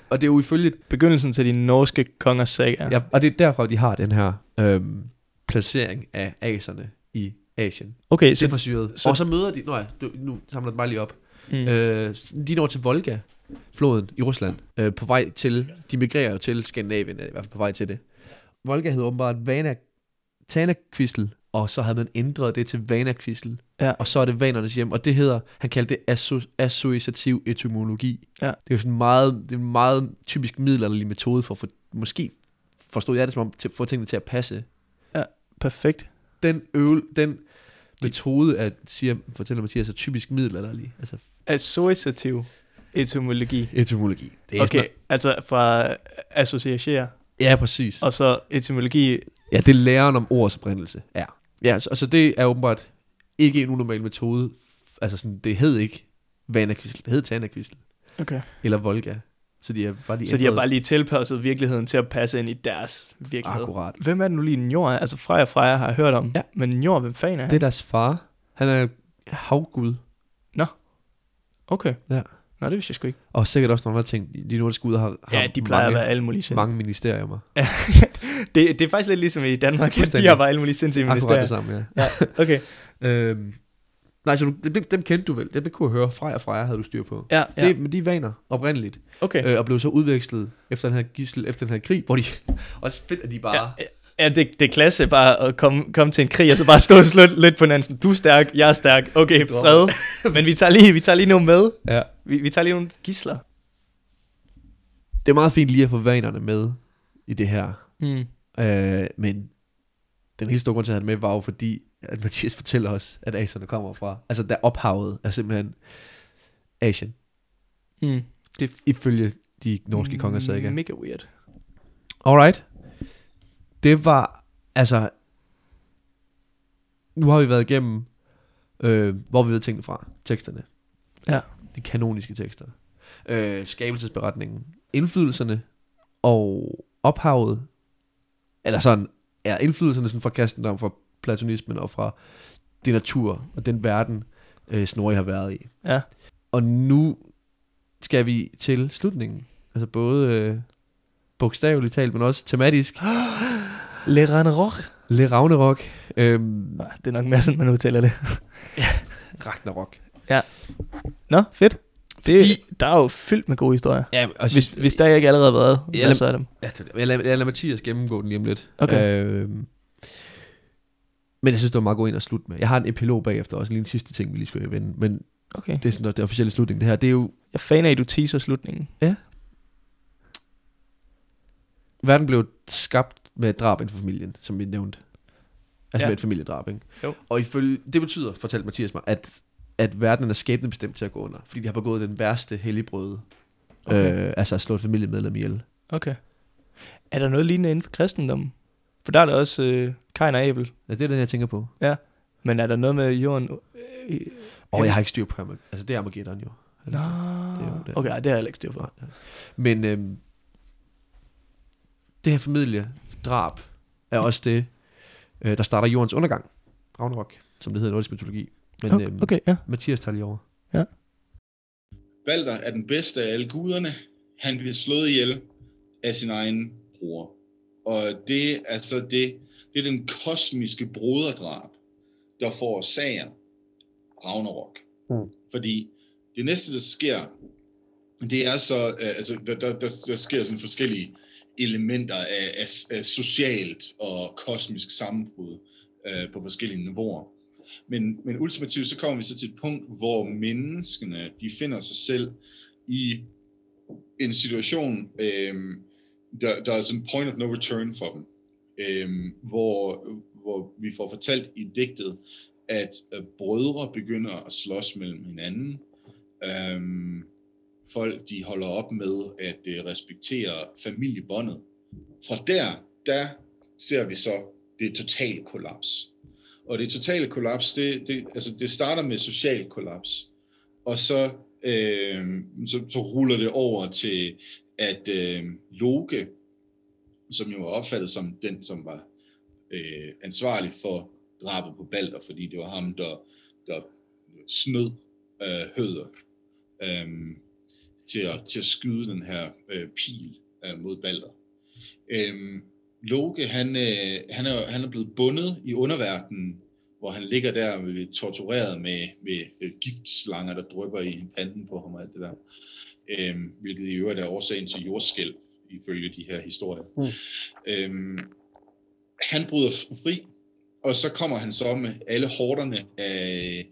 Speaker 1: Og det er jo ifølge
Speaker 3: Begyndelsen til de norske kongers saga.
Speaker 1: Ja, og det er derfra, de har den her øhm, placering af aserne i Asien.
Speaker 3: Okay,
Speaker 1: Det er
Speaker 3: så...
Speaker 1: forsyret.
Speaker 3: så-
Speaker 1: og så møder de... Nå ja, du, nu samler den bare lige op.
Speaker 3: Mm,
Speaker 1: Mm. Øh, de når til Volga, floden i Rusland, øh, på vej til... De migrerer jo til Skandinavien, er i hvert fald på vej til det. Volga hed åbenbart Vana, Tanakvistel, og så havde man ændret det til Vanakvistel.
Speaker 3: Ja.
Speaker 1: Og så er det vanernes hjem, og det hedder, han kaldte det asso- associativ etymologi.
Speaker 3: Ja.
Speaker 1: Det er jo sådan meget, det er en meget typisk middelalderlig metode for, for måske forstod jeg det som om, til, få tingene til at passe.
Speaker 3: perfekt.
Speaker 1: Den øvel, den metode, at siger, fortæller Mathias, er typisk middelalderlig. Altså
Speaker 3: Associativ etymologi.
Speaker 1: etymologi. Det er
Speaker 3: Okay,
Speaker 1: Sådan,
Speaker 3: altså fra associere,
Speaker 1: ja, præcis.
Speaker 3: og så etymologi,
Speaker 1: Ja, det er læren om ords oprindelse. Ja. Ja, så, altså det er åbenbart ikke en unormal metode. F- Altså sådan, det hed ikke Vanakvistel, det hed Tanakvistel.
Speaker 2: Okay.
Speaker 1: Eller Volga. Så de er bare lige
Speaker 3: så de har
Speaker 1: ændret
Speaker 3: bare lige tilpasset virkeligheden til at passe ind i deres virkelighed.
Speaker 1: Akkurat.
Speaker 3: Ah, Hvem er det nu lige Njord? er? Altså Freja Freja har jeg hørt om,
Speaker 1: Ja.
Speaker 3: men Njord, hvem fanden er
Speaker 1: Det er
Speaker 3: han?
Speaker 1: deres far. Han er havgud.
Speaker 3: Okay.
Speaker 1: Ja.
Speaker 3: Nå, det vidste jeg sgu ikke.
Speaker 1: Og sikkert også nogle andre ting. De nordiske guder har, har
Speaker 3: Ja, de plejer
Speaker 1: mange,
Speaker 3: at være alle mulige sindssyge.
Speaker 1: mange ministerier.
Speaker 3: Det, det er faktisk lidt ligesom i Danmark, at de
Speaker 1: Fuldstændig.
Speaker 3: har bare alle mulige sindssyge
Speaker 1: Akkurat det
Speaker 3: ministerier.
Speaker 1: samme, ja.
Speaker 3: Okay.
Speaker 1: Øhm, nej, så du, dem, dem, kendte du vel. Dem kunne jeg høre. Freja og Freja havde du styr på.
Speaker 3: Ja,
Speaker 1: Ja. Det, men de er vaner oprindeligt.
Speaker 3: okay.
Speaker 1: Øh, og blev så udvekslet efter den her gissel, efter den her krig, hvor de... [laughs] også fedt, at de bare...
Speaker 3: Ja, ja det, det er klasse bare at komme, komme til en krig, og så bare stå og slå lidt på hinanden. sådan, Du er stærk, jeg er stærk. Okay, fred. Men vi tager lige, vi tager lige nogle med.
Speaker 1: ja.
Speaker 3: Vi, vi tager lige nogle gisler.
Speaker 1: Det er meget fint lige at få vanerne med i det her.
Speaker 3: Mm.
Speaker 1: Øh, men den helt store grund til at have det med var jo fordi, at Mathias fortæller os, at aserne kommer fra. Altså der ophavet er simpelthen Asien,
Speaker 3: Mm.
Speaker 1: ifølge de norske konger saga.
Speaker 3: Mega weird.
Speaker 1: Alright. Det var, altså, nu har vi været igennem, øh, hvor vi ved tingene fra, teksterne.
Speaker 3: Ja.
Speaker 1: De kanoniske tekster. Øh, skabelsesberetningen, indflydelserne og ophavet, eller sådan, er indflydelserne sådan fra kristendom, fra platonismen og fra det natur og den verden, øh, Snorri har været i.
Speaker 3: Ja.
Speaker 1: Og nu skal vi til slutningen. Altså både øh, bogstaveligt talt, men også tematisk.
Speaker 3: Le Ragnarok.
Speaker 1: Le Ragnarok. Øhm,
Speaker 3: Nej, det er nok mere sådan, man udtaler det.
Speaker 1: Ragnarok.
Speaker 3: Nå, fedt. Det,
Speaker 1: Fordi-
Speaker 3: der er jo fyldt med gode historier.
Speaker 1: Ja, og
Speaker 3: Hvis, hvis der ikke allerede har været,
Speaker 1: Ja,
Speaker 3: ja, så er dem.
Speaker 1: Ja, det- jeg, lader, jeg lader Mathias gennemgå den lige om lidt.
Speaker 3: Okay.
Speaker 1: Øhm, men jeg synes, det var meget god en at slutte med. Jeg har en epilog bagefter også, lige en sidste ting, vi lige skal vende. Men
Speaker 3: Okay.
Speaker 1: det er sådan også det officielle slutning. Det her, det er jo,
Speaker 3: Jeg er fan af, at du teaser slutningen.
Speaker 1: verden blev skabt med et drab inden for familien, som vi nævnte. Altså
Speaker 3: Ja.
Speaker 1: ja. med et familiedrab, ikke?
Speaker 3: Jo.
Speaker 1: Og ifølge, det betyder, fortalte Mathias mig, at, at verden er skæbnebestemt til at gå under. Fordi de har begået den værste helligbrøde.
Speaker 3: Okay.
Speaker 1: Okay. Øh, altså at slå et familiemedlem ihjel.
Speaker 3: Okay. Er der noget lignende inden for kristendommen? For der er der også øh, Kain og Abel.
Speaker 1: Ja, det er den, jeg tænker på.
Speaker 3: Men er der noget med jorden? Øh, øh,
Speaker 1: Og jeg har ikke styr på Armageddon. Altså, det er Armageddon jo.
Speaker 3: Nå,
Speaker 1: Det er jo det.
Speaker 3: okay, ej, det har jeg ikke styr på.
Speaker 1: Nej, nej. Men øhm, det her familiedrab er også det, øh, der starter jordens undergang. Ragnarok, som det hedder i nordisk mytologi. Men
Speaker 3: Okay,
Speaker 1: øhm,
Speaker 3: okay ja.
Speaker 1: Mathias tager lige over.
Speaker 4: Balder er den bedste af alle guderne. Han bliver slået ihjel af sin egen bror. Og det er så det, det er den kosmiske broderdrab, der forårsager Ragnarok.
Speaker 5: Mm.
Speaker 4: Fordi det næste, der sker, det er så, øh, altså, der, der, der, der sker sådan forskellige elementer af, af, af socialt og kosmisk sammenbrud øh, på forskellige niveauer. Men, men ultimativt så kommer vi så til et punkt, hvor menneskene de finder sig selv i en situation, øh, der, der er sådan point of no return for dem. Øh, hvor, hvor vi får fortalt i digtet, at øh, brødre begynder at slås mellem hinanden. Øh, folk de holder op med at øh, respektere familiebåndet. Fra der, der ser vi så det totale kollaps. Og det totale kollaps, det, det, altså det starter med social kollaps, og så, øh, så, så ruller det over til, at øh, Loke, som jo er opfattet som den, som var øh, ansvarlig for drabet på Balder, fordi det var ham, der, der snød øh, Høder øhm, til, at, til at skyde den her øh, pil øh, mod Balder. Øhm, Loke, han, øh, han, er, han er blevet bundet i underverdenen, hvor han ligger der øh, tortureret med, med øh, giftslanger, der drypper i panden på ham og alt det der. Øhm, hvilket i øvrigt er årsagen til jordskælv, ifølge de her historier.
Speaker 6: Mm.
Speaker 4: Mm. Øhm, han bryder f- fri, og så kommer han så med alle horderne af,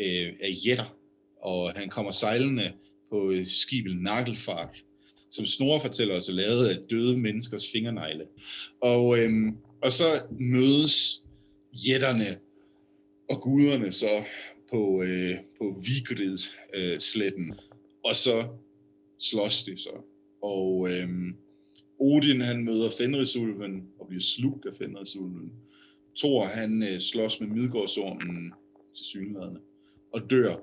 Speaker 4: øh, af jætter, og han kommer sejlende på øh, skibet Nagelfart, som Snor fortæller os er lavet af døde menneskers fingernegle. Og, øhm, og så mødes jætterne og guderne så på, øh, på Vigrid-sletten, øh, sletten. og så slås det så. Og øhm, Odin han møder Fenrisulven og bliver slugt af Fenrisulven. Thor han øh, slås med Midgårdsormen til synlædende og dør.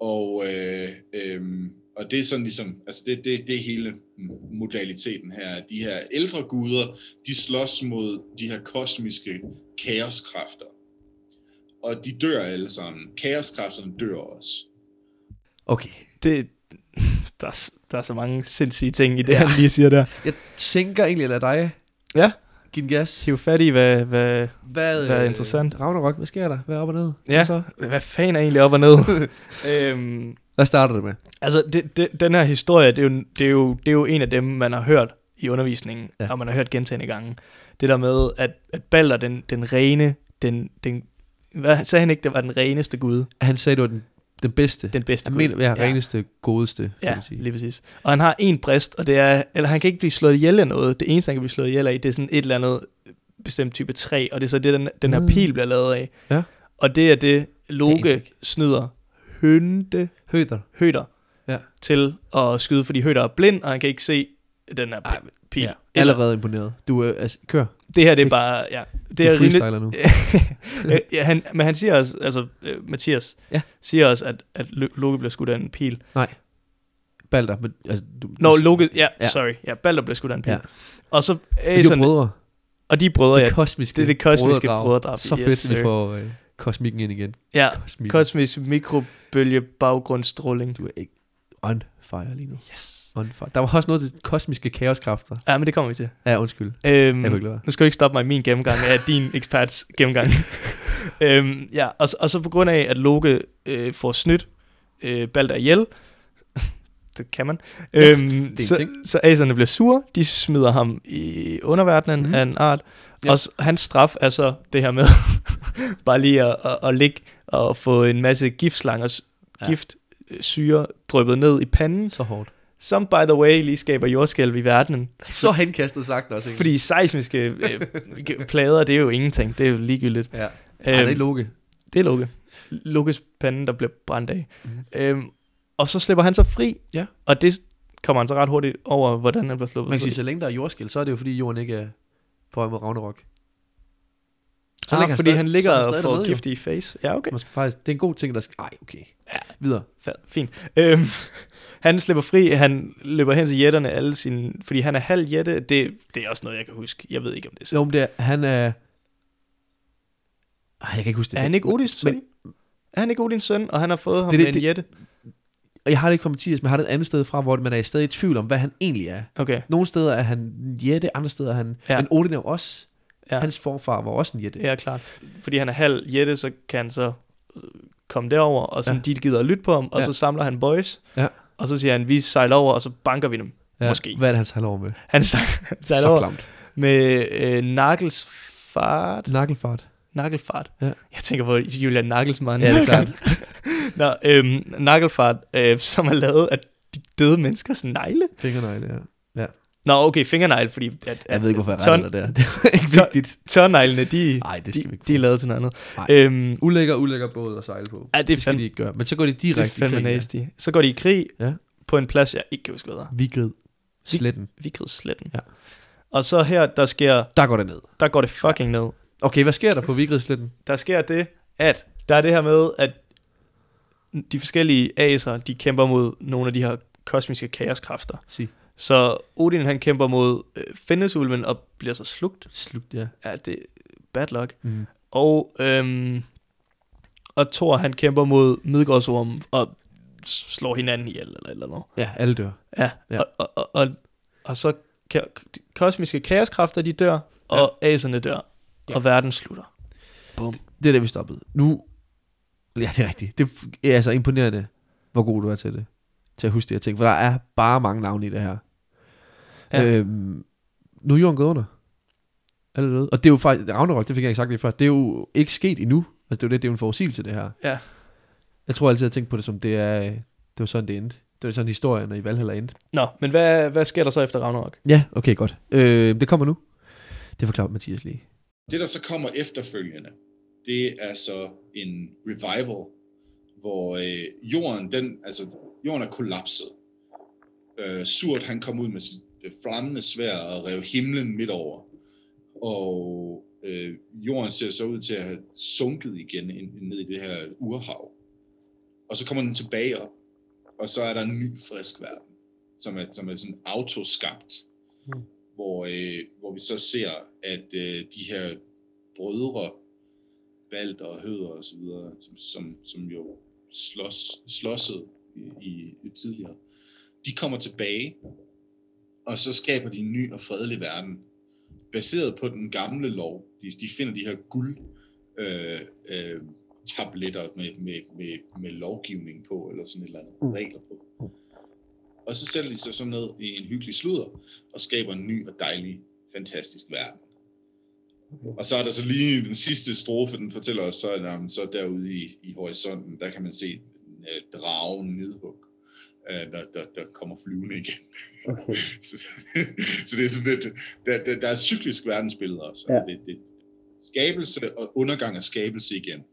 Speaker 4: Og, øh, øhm, og det er sådan ligesom, altså det, det, det er hele modaliteten her. De her ældre guder, de slås mod de her kosmiske kaoskræfter. Og de dør alle sammen. Kaoskræfterne dør også.
Speaker 1: Okay.
Speaker 3: Det, [laughs] der, er, s- der er så mange sindssyge ting i det, ja. han lige siger der.
Speaker 1: Jeg tænker egentlig at lade dig
Speaker 3: Ja.
Speaker 1: give den gas.
Speaker 3: Hiv fat i, hvad, hvad,
Speaker 1: Hvad,
Speaker 3: Hvad er
Speaker 1: øh,
Speaker 3: interessant?
Speaker 1: Ragnarok, hvad sker der? Hvad er op og ned?
Speaker 3: ja,
Speaker 1: Hvad Så?
Speaker 3: hvad fanden er egentlig op og ned? [laughs] øhm,
Speaker 1: Hvad starter det med?
Speaker 3: Altså, det, det, den her historie, det er, jo, det, er jo, det er jo en af dem, man har hørt i undervisningen,
Speaker 1: Ja.
Speaker 3: ja. og man har hørt gentagende gange. Det der med, at, at Balder, den, den rene, den, den, hvad sagde han ikke, det var den reneste gud,
Speaker 1: Han sagde, det var den, den bedste.
Speaker 3: den bedste
Speaker 1: han
Speaker 3: gud.
Speaker 1: mener, ja,
Speaker 3: ja.
Speaker 1: reneste, godeste, kan
Speaker 3: Ja,
Speaker 1: man sige.
Speaker 3: lige præcis. Og han har en brist, og det er, eller han kan ikke blive slået ihjel af noget. Det eneste, han kan blive slået ihjel af, det er sådan et eller andet bestemt type træ, og det er så det, den, den her
Speaker 1: Mm.
Speaker 3: pil bliver lavet af.
Speaker 1: Ja.
Speaker 3: Og det er det,
Speaker 1: Det er
Speaker 3: Loke
Speaker 1: ikke-
Speaker 3: snyder hønte
Speaker 1: Høder.
Speaker 3: Høder
Speaker 1: Ja.
Speaker 3: til at skyde, fordi Høder er blind, og han kan ikke se den her
Speaker 1: Ej,
Speaker 3: pil.
Speaker 1: Ja, allerede imponeret. Du øh, altså, kør.
Speaker 3: Det her, det er
Speaker 1: Det-
Speaker 3: bare... Ja, det
Speaker 1: du
Speaker 3: er rimelig...
Speaker 1: freestyler nu.
Speaker 3: [laughs] ja, han, men han siger også, altså øh, Mathias,
Speaker 1: Ja.
Speaker 3: siger også, at, at Lo- Loke bliver skudt af en pil.
Speaker 1: Balder. Men, altså, du,
Speaker 3: Nå, Loke, ja,
Speaker 1: Ja.
Speaker 3: ja. sorry. Ja, Balder bliver skudt af en pil.
Speaker 1: Ja.
Speaker 3: Ja. Og så
Speaker 1: De er jo
Speaker 3: Aeserne,
Speaker 1: brødre.
Speaker 3: og de er brødre, ja.
Speaker 1: Det kosmiske
Speaker 3: det er det kosmiske
Speaker 1: brødredrag.
Speaker 3: brødredrag.
Speaker 1: Så
Speaker 3: Yes,
Speaker 1: fedt, vi
Speaker 3: sir.
Speaker 1: får øh, kosmikken ind igen.
Speaker 3: ja.
Speaker 1: Kosmikken.
Speaker 3: Kosmisk mikrobølge baggrundsstråling.
Speaker 1: du er ikke on fire lige nu.
Speaker 3: Yes.
Speaker 1: On fire. Der var også noget til kosmiske kaoskræfter.
Speaker 3: Ja, men det kommer vi til.
Speaker 1: Ja, undskyld.
Speaker 3: Øhm,
Speaker 1: Jeg kunne ikke lade være.
Speaker 3: Nu skal du ikke stoppe mig i min gennemgang af din eksperts gennemgang. øhm, ja, og, så- og så på grund af, at Loke øh, får snydt øh, Balder ihjel, [laughs] det kan man, øhm,
Speaker 1: en
Speaker 3: så,
Speaker 1: ting.
Speaker 3: så aserne bliver sure, de smider ham i underverdenen
Speaker 1: Mhm.
Speaker 3: mm. af en art,
Speaker 1: Ja.
Speaker 3: ja. og s- hans straf er så det her med [laughs] bare lige at, at, at ligge og få en masse giftslangers
Speaker 1: Ja.
Speaker 3: ja. gift øh, syre dryppet ned i panden,
Speaker 1: Så
Speaker 3: [laughs]
Speaker 1: hårdt.
Speaker 3: som by the way lige skaber jordskælv i verdenen.
Speaker 1: Så henkastet sagt også, ikke?
Speaker 3: Fordi seismiske øh, g- plader, det er jo ingenting. Det er jo ligegyldigt.
Speaker 1: Ja.
Speaker 3: Øhm,
Speaker 1: Ej, det er ikke Loke.
Speaker 3: det er Loke. Lokes pande, der bliver brændt af.
Speaker 1: Mhm.
Speaker 3: Mm. Øhm, og så slipper han sig fri.
Speaker 1: Ja.
Speaker 3: Og det kommer han så ret hurtigt over, hvordan han bliver sluppet
Speaker 1: Man kan
Speaker 3: fri.
Speaker 1: sige, så længe der er jordskæld, så er det jo fordi jorden ikke er på vej mod Ragnarok. Så
Speaker 3: ah,
Speaker 1: ligger
Speaker 3: han Ah, fordi han ligger
Speaker 1: så er
Speaker 3: og
Speaker 1: stadig
Speaker 3: får
Speaker 1: dernede, jo.
Speaker 3: gift i face. Ja, okay.
Speaker 1: Man skal faktisk, det er en god ting, der skal... Ej, okay.
Speaker 3: Ja.
Speaker 1: Videre.
Speaker 3: Fa- Fint. Øhm, [laughs] han slipper fri. Han løber hen til jætterne alle sine... Fordi han er halv jætte. Det, det er også noget, jeg kan huske. Jeg ved ikke, om det er
Speaker 1: Jo,
Speaker 3: så.
Speaker 1: men det er, han er... Ej, jeg kan ikke huske det.
Speaker 3: Er han ikke Odins søn?
Speaker 1: Men-
Speaker 3: er han ikke Odins søn, og han har fået ham
Speaker 1: Det er
Speaker 3: det, det,
Speaker 1: det-
Speaker 3: med en jætte?
Speaker 1: Og jeg har det ikke fra Mathias, men jeg har det et andet sted fra, hvor man er stadig i tvivl om, hvad han egentlig er.
Speaker 3: Okay,
Speaker 1: Nogle steder er han en jætte, andre steder er han... Ja.
Speaker 3: Ja.
Speaker 1: Men Odin er jo også... Ja.
Speaker 3: Ja.
Speaker 1: Hans forfar var også en jætte.
Speaker 3: Ja, klart. Fordi han er halv jætte, så kan han så øh, komme derover, og så
Speaker 1: Ja.
Speaker 3: ja. de gider at lytte på ham, og
Speaker 1: Ja.
Speaker 3: ja. så samler han boys,
Speaker 1: Ja.
Speaker 3: og så siger han, vi sejler over, og så banker vi dem. Måske.
Speaker 1: Hvad er det, han tager over med?
Speaker 3: Han sej- han sejler [laughs]
Speaker 1: Så
Speaker 3: over
Speaker 1: klamt.
Speaker 3: med øh, Nagels fart.
Speaker 1: Nakkelfart.
Speaker 3: Nagelfart.
Speaker 1: Ja.
Speaker 3: Jeg tænker på Julian Nagelsmann.
Speaker 1: Ja, det er klart.
Speaker 3: [laughs] Nå, øhm, Nagelfart, øh, som er lavet af de døde menneskers negle.
Speaker 1: Fingernegle, ja.
Speaker 3: Nå, okay, fingernegle, fordi... At, at,
Speaker 1: Jeg ved ikke, hvorfor jeg
Speaker 3: tån-
Speaker 1: retter der. [laughs] Det er ikke
Speaker 3: tån-
Speaker 1: vigtigt.
Speaker 3: Tørneglene, de,
Speaker 1: Nej, det skal vi
Speaker 3: de,
Speaker 1: ikke
Speaker 3: de er
Speaker 1: de,
Speaker 3: lavet til noget andet.
Speaker 1: Nej.
Speaker 3: Øhm,
Speaker 1: Ulækker, ulækker båd at sejle på.
Speaker 3: ja, det er
Speaker 1: Det skal
Speaker 3: fandme
Speaker 1: de ikke gøre. Men så går de
Speaker 3: Det er
Speaker 1: direkte
Speaker 3: fandme nasty. Så går de i krig
Speaker 1: Ja.
Speaker 3: ja. på en plads, jeg ikke kan huske, hvad der
Speaker 1: Vigrid. Sletten.
Speaker 3: Vigridssletten.
Speaker 1: Ja.
Speaker 3: Og så her, der sker,
Speaker 1: Der går det ned.
Speaker 3: der går det fucking ned.
Speaker 1: Okay, hvad sker der på Vigridsletten?
Speaker 3: Der sker det, at der er det her med, at de forskellige aser, de kæmper mod nogle af de her kosmiske kaoskræfter.
Speaker 1: Sig.
Speaker 3: Så Odin, han kæmper mod øh, Fenrisulven og bliver så slugt.
Speaker 1: Slut, ja.
Speaker 3: Ja, det er bad luck.
Speaker 1: Mm.
Speaker 3: Og, øhm, og Thor, han kæmper mod Midgårdsormen og s- slår hinanden ihjel, eller et eller andet.
Speaker 1: Ja, alle dør.
Speaker 3: Ja,
Speaker 1: Ja.
Speaker 3: ja. Og, og, og, og, og så ka- de kosmiske kaoskræfter, de dør, og ja. aserne dør,
Speaker 1: Ja.
Speaker 3: ja. og verden slutter.
Speaker 1: Det er det, vi stoppede. Nu, ja, det er rigtigt. Det er altså imponerende, hvor god du er til det. Til at huske de her ting. For der er bare mange navne i det her. Ja.
Speaker 3: Ja.
Speaker 1: Øhm, nu er jorden gået under. Alle er døde. Og det er jo faktisk, Ragnarok, det fik jeg ikke sagt lige før, det er jo ikke sket endnu. Altså det er jo det, det er jo en forudsigelse, det her.
Speaker 3: Ja.
Speaker 1: Jeg tror altid, jeg har tænkt på det som, det er, øh, det var sådan, det endte. Det var sådan, historien i Valhalla endte.
Speaker 3: Nå, men hvad, hvad sker der så efter Ragnarok?
Speaker 1: Ja, okay, godt. Øh, det kommer nu. Det forklarer Mathias lige.
Speaker 4: Det, der så kommer efterfølgende, det er så en revival, hvor øh, jorden, den, altså, jorden er kollapset. Øh, Surt, han kom ud med sit øh, flammende svær og rev himlen midt over. Og øh, jorden ser så ud til at have sunket igen ind, ind ned i det her urhav. Og så kommer den tilbage op, og så er der en ny frisk verden, som er, som er sådan autoskabt hvor, øh, hvor vi så ser, at øh, de her brødre, Balder og Høder og så videre, som, som, som jo slås, slåsede i, i, i tidligere, de kommer tilbage, og så skaber de en ny og fredelig verden, baseret på den gamle lov. De, de finder de her guld øh, øh, tabletter med, med, med, med lovgivning på, eller sådan et eller andet
Speaker 7: Mm.
Speaker 4: regler på. Og så sætter de sig sådan ned i en hyggelig sludder, og skaber en ny og dejlig, fantastisk verden. Og så er der så lige den sidste strofe, den fortæller os, så, at jamen, så derude i, i horisonten, der kan man se øh, dragen nedhug, øh, der, der, der kommer flyvende igen.
Speaker 7: Okay.
Speaker 4: [laughs] så, så det er sådan lidt, der, der, der er cyklisk verdensbillede også.
Speaker 7: Ja.
Speaker 4: Ja. Det, det, skabelse og undergang af skabelse igen.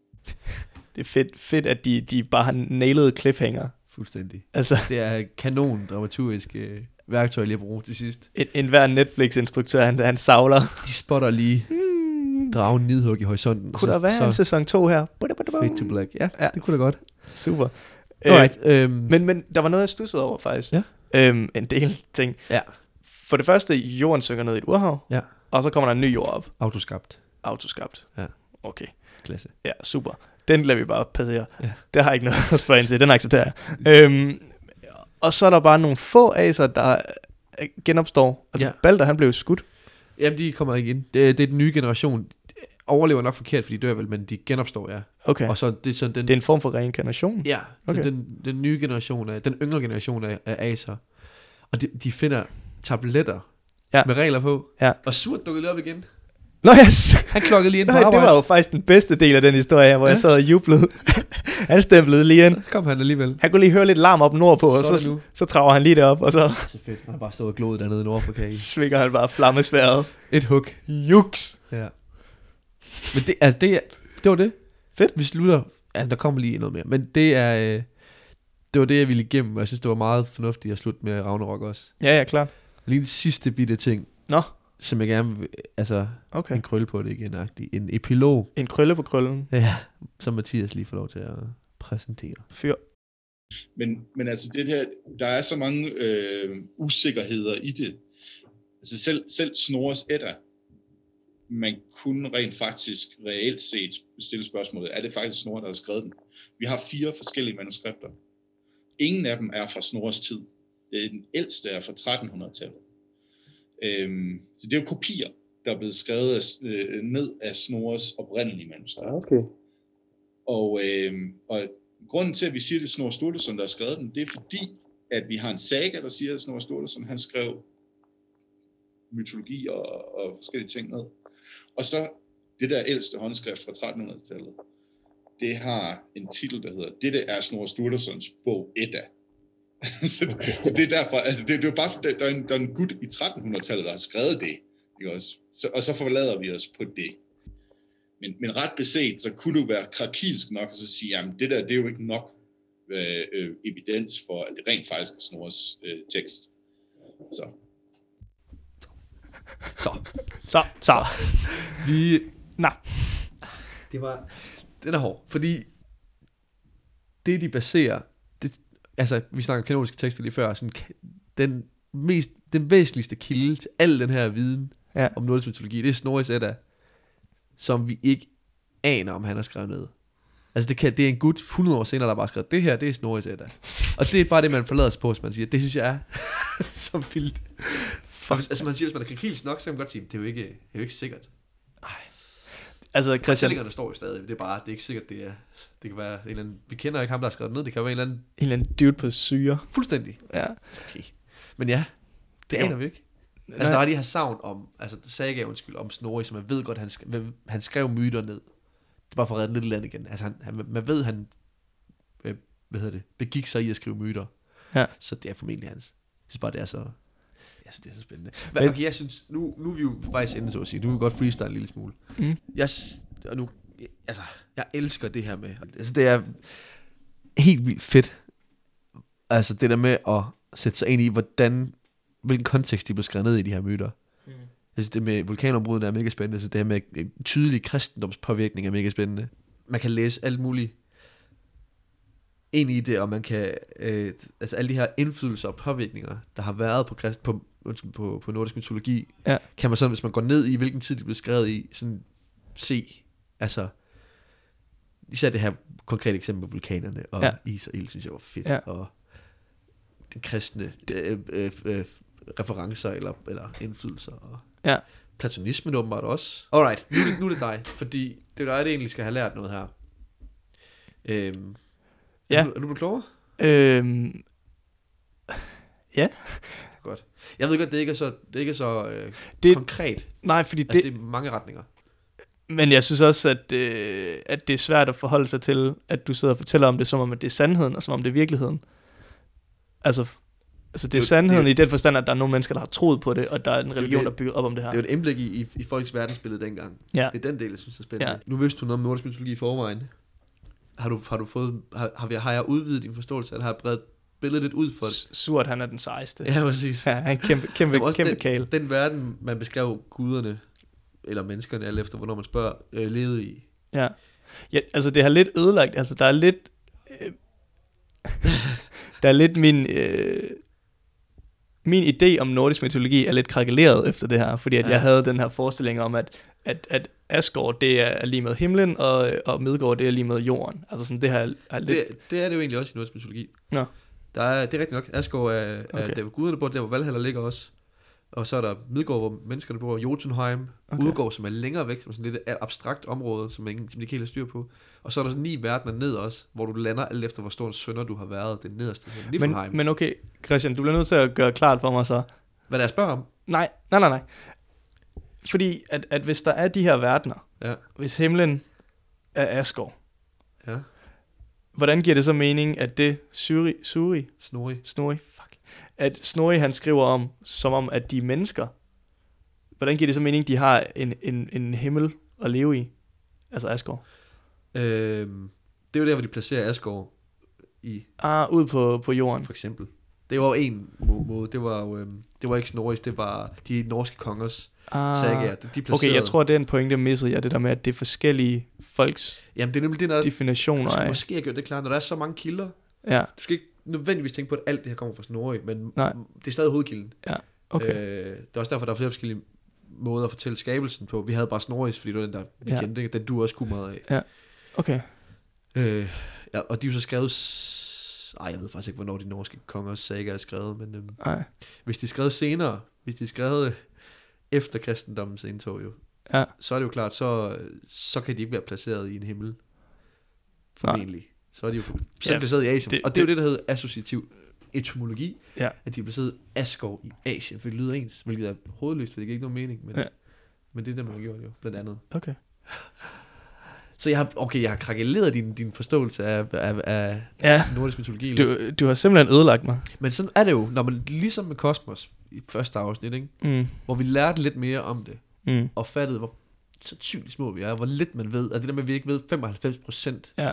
Speaker 3: Det er fedt, fedt at de, de bare har nailet cliffhanger.
Speaker 1: Fuldstændig.
Speaker 3: Altså,
Speaker 1: Det er kanon dramaturgisk øh, værktøj lige at bruge til sidst.
Speaker 3: en, en hver Netflix-instruktør, han, han savler.
Speaker 1: De spotter lige
Speaker 3: Hmm,
Speaker 1: dragen nidhug i horisonten. og
Speaker 3: kunne der være en
Speaker 1: så
Speaker 3: sæson 2 her?
Speaker 1: fade to black. Ja, ja,
Speaker 3: Ja.
Speaker 1: det kunne da godt.
Speaker 3: Super. Øh,
Speaker 1: Alright, øhm, men,
Speaker 3: men, men der var noget, jeg stussede over faktisk.
Speaker 1: Ja.
Speaker 3: Øhm, en del ting.
Speaker 1: Ja.
Speaker 3: For det første, jorden synker ned i et urhav,
Speaker 1: Ja.
Speaker 3: og så kommer der en ny jord op,
Speaker 1: autoskabt
Speaker 3: autoskabt.
Speaker 1: Ja.
Speaker 3: Okay,
Speaker 1: klasse.
Speaker 3: ja, super. Den lader vi bare passere.
Speaker 1: Ja.
Speaker 3: Det har jeg ikke noget at spørge ind til, den accepterer jeg. øhm, og så er der bare nogle få aser, der øh, genopstår. Altså,
Speaker 1: Ja.
Speaker 3: ja. Balder, han blev skudt.
Speaker 1: Jamen, de kommer ikke ind. Det, det er den nye generation. Overlever nok forkert, fordi de dør vel, men de genopstår, ja.
Speaker 3: Okay.
Speaker 1: ja. Og
Speaker 3: Og
Speaker 1: så det er sådan den...
Speaker 3: det er en form for reinkarnation.
Speaker 1: Ja, okay.
Speaker 3: Okay.
Speaker 1: den, den nye generation af, den yngre generation af, af aser. Og de, de finder tabletter ja.
Speaker 3: Ja.
Speaker 1: med regler på.
Speaker 3: Ja.
Speaker 1: Og surt dukkede lige op
Speaker 3: [laughs]
Speaker 1: igen.
Speaker 3: Nå, yes.
Speaker 1: Han klokkede lige ind på
Speaker 3: Nej, det
Speaker 1: arbejde.
Speaker 3: var jo faktisk den bedste del af den historie her, hvor ja. jeg sad og jublede. [laughs] han stemplede lige ind.
Speaker 1: Så kom han alligevel.
Speaker 3: Han kunne lige høre lidt larm op nordpå, og
Speaker 1: Så
Speaker 3: så,
Speaker 1: er det nu.
Speaker 3: så, så traver han lige derop, og så
Speaker 1: Så fedt. Han har bare stået og gloet dernede i Nordafrika. i
Speaker 3: svinger han bare flammesværet.
Speaker 1: Et hug.
Speaker 3: Juks!
Speaker 1: Ja. Men det, altså det, er- det var det.
Speaker 3: Fedt.
Speaker 1: Vi slutter. Altså, der kommer lige noget mere. Men det er... øh, Det var det, jeg ville igennem, og jeg synes, det var meget fornuftigt at slutte med Ragnarok også.
Speaker 3: Ja, ja, klart.
Speaker 1: Lige den sidste bitte ting,
Speaker 3: Nå,
Speaker 1: som jeg gerne vil... Altså,
Speaker 3: okay.
Speaker 1: en krølle på det igen -agtig. En epilog,
Speaker 3: En krølle på krøllen.
Speaker 1: ja, som Mathias lige får lov til at præsentere.
Speaker 3: Fyr.
Speaker 4: Men, men altså det her, der er så mange øh, usikkerheder i det. Altså selv, selv Snorres Edda, man kunne rent faktisk reelt set stille spørgsmålet, er det faktisk Snorre, der har skrevet den? Vi har fire forskellige manuskripter. Ingen af dem er fra Snorres tid. Øh, Den ældste er fra 1300-tallet. Øhm, så det er jo kopier, der er blevet skrevet af, øh, ned af Snorres oprindelige manuskript.
Speaker 7: Ja, okay.
Speaker 4: Og, øh, og grunden til, at vi siger, at det er Snorre Sturluson, der har skrevet den, det er fordi, at vi har en saga, der siger, at Snorre Sturluson, han skrev mytologi og, og forskellige ting ned. Og så det der ældste håndskrift fra 1300-tallet, det har en titel, der hedder, Dette er Snorre Sturlusons bog Edda. [laughs] så, så det er derfor, altså det, det er jo bare, der, der, er en, der er en gut i 1300-tallet, der har skrevet det, ikke også? Så, og så forlader vi os på det. Men, men ret beset, så kunne du være krakilsk nok og så sige, at det der det er jo ikke nok øh, øh, evidens for, at det rent faktisk er Snorres øh, tekst. Så.
Speaker 3: Så, så.
Speaker 1: Vi...
Speaker 3: Nå. [laughs]
Speaker 1: Det var... Den er hård, fordi det, de baserer... Det, altså, vi snakker om kanoniske tekster lige før, sådan, ka- den, mest, den væsentligste kilde til al den her viden
Speaker 3: Ja.
Speaker 1: om nordisk mytologi, det er Snorris Edda, som vi ikke aner, om han har skrevet ned. Altså det, kan, det er en gut 100 år senere, der bare har skrevet, det her, det er Snorri Sætter. Og det er bare det, man forlader sig på, hvis man siger, det synes jeg er så vildt. Og hvis, altså man siger, hvis man er krakilsk nok, så kan man godt sige, det er jo ikke, det er jo ikke sikkert.
Speaker 3: Altså Christian, en
Speaker 1: Fortællingerne står jo stadig, det er bare, det er ikke sikkert, det er, det kan være en eller anden, vi kender ikke ham, der har skrevet det ned, det kan være en eller anden,
Speaker 3: eller anden dude på syre.
Speaker 1: fuldstændig.
Speaker 3: Ja.
Speaker 1: Okay. Men ja, det
Speaker 3: Jo.
Speaker 1: aner vi ikke. Altså, der er de her savn om, altså saga, undskyld, om Snorri, som man ved godt, han, sk- hvem- han skrev myter ned. Det er bare for at redde lidt land igen. Altså, han, han, man ved, han øh, hvad hedder det, begik sig i at skrive myter.
Speaker 3: Ja.
Speaker 1: Så det er formentlig hans. Jeg synes bare, det er så, jeg synes, det er så spændende.
Speaker 3: Men-
Speaker 1: Men, okay, jeg synes, nu, nu er vi jo faktisk inde, så at sige. Du vil godt freestyle en lille smule.
Speaker 3: Mm.
Speaker 1: Jeg, s- og nu, altså, jeg elsker det her med, altså det er helt vildt fedt. Altså det der med at sætte sig ind i, hvordan, hvilken kontekst de blev skrevet ned i de her myter. Altså det med vulkanombruddet er mega spændende, så det her med øh, tydelig kristendomspåvirkning er mega spændende. Man kan læse alt muligt ind i det, og man kan, øh, altså alle de her indflydelser og påvirkninger, der har været på, krist, på, undskyld, på, på nordisk mytologi,
Speaker 3: Ja.
Speaker 1: kan man sådan, hvis man går ned i, hvilken tid de blev skrevet i, sådan se, altså, især det her konkrete eksempel med vulkanerne, og
Speaker 3: Ja.
Speaker 1: ja. is og ild, synes jeg var fedt,
Speaker 3: Ja.
Speaker 1: ja. og den kristne øh, øh, øh, referencer eller, eller indflydelser, og
Speaker 3: Ja.
Speaker 1: platonismen åbenbart også. Alright, nu, er det- nu er det dig, fordi det er dig, der egentlig skal have lært noget her. Øhm,
Speaker 3: Ja.
Speaker 1: er, du, er du blevet klogere?
Speaker 3: Øhm,
Speaker 1: Godt. Jeg ved godt, det ikke er så, det ikke er så øh,
Speaker 3: Det-
Speaker 1: det, konkret. Altså,
Speaker 3: nej, fordi det,
Speaker 1: det, det er mange retninger.
Speaker 3: Men jeg synes også, at, øh, at det er svært at forholde sig til, at du sidder og fortæller om det, som om at det er sandheden, og som om det er virkeligheden. Altså, f- altså det er
Speaker 1: Det er jo-
Speaker 3: sandheden
Speaker 1: det
Speaker 3: i den forstand, at der er nogle mennesker, der har troet på det, og der er en
Speaker 1: er
Speaker 3: religion,
Speaker 1: det.
Speaker 3: der bygger op om det her.
Speaker 1: Det er jo et indblik i, i, i folks verdensbillede dengang.
Speaker 3: Ja.
Speaker 1: Det er den del, jeg synes er spændende.
Speaker 3: Ja.
Speaker 1: Ja. Nu vidste du noget om nordisk mytologi i forvejen. Har du, har du fået, har, har, vi- har jeg udvidet din forståelse, eller har jeg bredt billedet lidt ud for det?
Speaker 3: [laughs] S- Surt, han er den sejeste. Ja,
Speaker 1: Ja, præcis.
Speaker 3: [laughs] han er en kæmpe,
Speaker 1: Jamen,
Speaker 3: kæmpe,
Speaker 1: også
Speaker 3: kæmpe
Speaker 1: den,
Speaker 3: kale.
Speaker 1: Den verden, man beskrev guderne, eller menneskerne, alt efter hvornår man spørger, øh, levede i.
Speaker 3: Ja. ja. Altså, det har lidt ødelagt. Altså, der er lidt... Øh, [laughs] der er lidt min... Øh, min idé om nordisk mytologi er lidt krakeleret efter det her, fordi at ja.
Speaker 1: Ja.
Speaker 3: jeg havde den her forestilling om, at, at, at Asgård, det er lige med himlen, og, og Midgård, det er lige med jorden. Altså sådan, det her er lidt... Det...
Speaker 1: Det, det er det jo egentlig også i nordisk mytologi.
Speaker 3: Nå.
Speaker 1: Der er, det er rigtigt nok. Asgård er, okay.
Speaker 3: Okay.
Speaker 1: er der, hvor guderne bor, der hvor Valhalla ligger også. Og så er der Midgård, hvor menneskerne bor, Jotunheim,
Speaker 3: Okay.
Speaker 1: okay. Udgård, som er længere væk, som er sådan lidt et abstrakt område, som, ingen, som de ikke helt har styr på. Og så er der sådan ni verdener ned også, hvor du lander alt efter, hvor stor en sønder du har været, den nederste. Altså,
Speaker 3: Men,
Speaker 1: Niflheim. Men, men,
Speaker 3: men okay, Christian, du bliver nødt til at gøre klart for mig så,
Speaker 1: Hvad der er jeg spørger om?
Speaker 3: Nej, nej, nej, nej. Fordi at, at hvis der er de her verdener,
Speaker 1: Ja.
Speaker 3: hvis himlen er Asgård,
Speaker 1: Ja.
Speaker 3: hvordan giver det så mening, at det Suri, Suri,
Speaker 1: Snorri.
Speaker 3: Snorri, fuck, at Snorri han skriver om, som om at de er mennesker, hvordan giver det så mening, de har en, en, en himmel at leve i? Altså Asgård.
Speaker 1: Øhm, det er jo der, hvor de placerer Asgård i
Speaker 3: Ah, ud på, på jorden.
Speaker 1: for eksempel. Det var jo en må- måde, det var jo, øhm, det var ikke Snorris, det var de norske kongers ah.
Speaker 3: Ah,
Speaker 1: sagaer, de de placerede.
Speaker 3: okay, jeg tror, den pointe missede jeg, det der med, at det er forskellige folks
Speaker 1: Jamen det er nemlig det, der
Speaker 3: definitioner
Speaker 1: skal
Speaker 3: af.
Speaker 1: Øh, måske have gjort det klart, når der er så mange kilder,
Speaker 3: Ja,
Speaker 1: du skal ikke nødvendigvis tænke på, at alt det her kommer fra Snorri, men
Speaker 3: Nej.
Speaker 1: det er stadig hovedkilden.
Speaker 3: okay.
Speaker 1: Øh, det er også derfor, der er flere forskellige måder at fortælle skabelsen på. Vi havde bare Snorris, fordi det var den, der vi
Speaker 3: Ja.
Speaker 1: ja. kendte, ikke? den du også kunne meget af.
Speaker 3: okay.
Speaker 1: Øh, ja, og de er jo så skrevet... s- Ej, jeg ved faktisk ikke, hvornår de norske kongers sager er skrevet, men... Øhm,
Speaker 3: Nej.
Speaker 1: Hvis de er skrevet senere, hvis de er skrevet øh, efter kristendommens indtog jo,
Speaker 3: Ja.
Speaker 1: så er det jo klart, så, så kan de ikke være placeret i en himmel, formentlig. Nej. Så er de jo for- så er
Speaker 3: Ja,
Speaker 1: de placeret i Asien.
Speaker 3: det-
Speaker 1: Det, og det er jo det, der hedder associativ etymologi,
Speaker 3: Ja.
Speaker 1: at de er placeret Asgård i Asien, for det lyder ens, hvilket er hovedløst, for det giver ikke nogen mening, men,
Speaker 3: Ja.
Speaker 1: ja. men det er det, man har gjort jo, blandt andet.
Speaker 3: Okay.
Speaker 1: Så jeg har, okay, jeg har krakeleret din, din forståelse af, af, af
Speaker 3: Ja,
Speaker 1: nordisk mytologi. lidt.
Speaker 3: du, du har simpelthen ødelagt mig.
Speaker 1: Men sådan er det jo, når man ligesom med Cosmos i første afsnit, ikke?
Speaker 3: Mm.
Speaker 1: hvor vi lærte lidt mere om det,
Speaker 3: Mm.
Speaker 1: og fattede, hvor sandsynligt små vi er, hvor lidt man ved. Altså det der med, at vi ikke ved 95%
Speaker 3: Ja.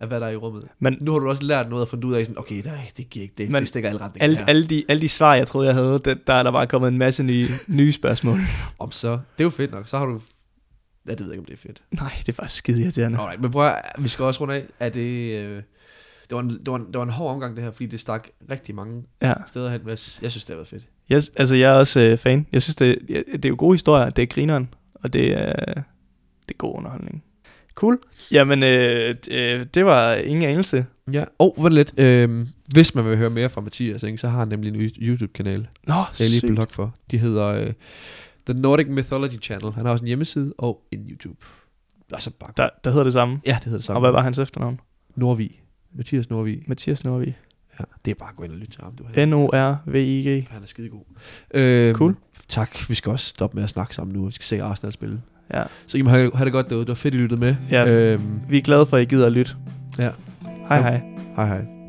Speaker 1: af, hvad der er i rummet.
Speaker 3: Men
Speaker 1: Nu har du også lært noget og fundet ud af, sådan, okay, nej, det giver ikke det.
Speaker 3: Men
Speaker 1: Men det stikker i alle retninger
Speaker 3: alle,
Speaker 1: her.
Speaker 3: alle, de, alle de svar, jeg troede, jeg havde, det, der er der bare kommet en masse nye, nye spørgsmål.
Speaker 1: Om så, det er jo fedt nok. Så har du... Ja, det ved jeg ikke, om det er fedt.
Speaker 3: Nej, det er faktisk skide irriterende.
Speaker 1: Alright, men prøv at, vi skal også runde af. Er det, øh, det, var en, det, var en, det var en hård omgang det her, fordi det stak rigtig mange
Speaker 3: Ja.
Speaker 1: steder hen. men Jeg, jeg synes, det har været fedt.
Speaker 3: Jeg, altså, jeg er også øh, fan. Jeg synes, det, jeg, det er jo gode historier. Det er grineren, og det er, det er god underholdning. Cool. Jamen, øh, d- øh, det var ingen anelse.
Speaker 1: Ja, og hvor lidt. Øhm, hvis man vil høre mere fra Mathias, ikke, så har han nemlig en yu- YouTube-kanal.
Speaker 3: Nå,
Speaker 1: Jeg lige
Speaker 3: sygt.
Speaker 1: blog for. De hedder øh, The Nordic Mythology Channel. Han har også en hjemmeside og en YouTube. Og så bare...
Speaker 3: Der, der hedder det samme.
Speaker 1: Ja, det hedder det samme.
Speaker 3: Og hvad var Mm. hans efternavn?
Speaker 1: Norvig. Mathias Norvig.
Speaker 3: Mathias Norvig.
Speaker 1: Ja, det er bare at gå ind og lytte til ham. Du. Han,
Speaker 3: N-O-R-V-I-G.
Speaker 1: han er skidegod. Øhm,
Speaker 3: Cool.
Speaker 1: Tak. Vi skal også stoppe med at snakke sammen nu. Vi skal se Arsenal spille.
Speaker 3: Ja.
Speaker 1: Så I må have, have det godt derude. Det var fedt, I lyttede med.
Speaker 3: Ja.
Speaker 1: Øhm,
Speaker 3: Vi er glade for, at I gider at lytte.
Speaker 1: Ja.
Speaker 3: Hej hej.
Speaker 1: hej hej.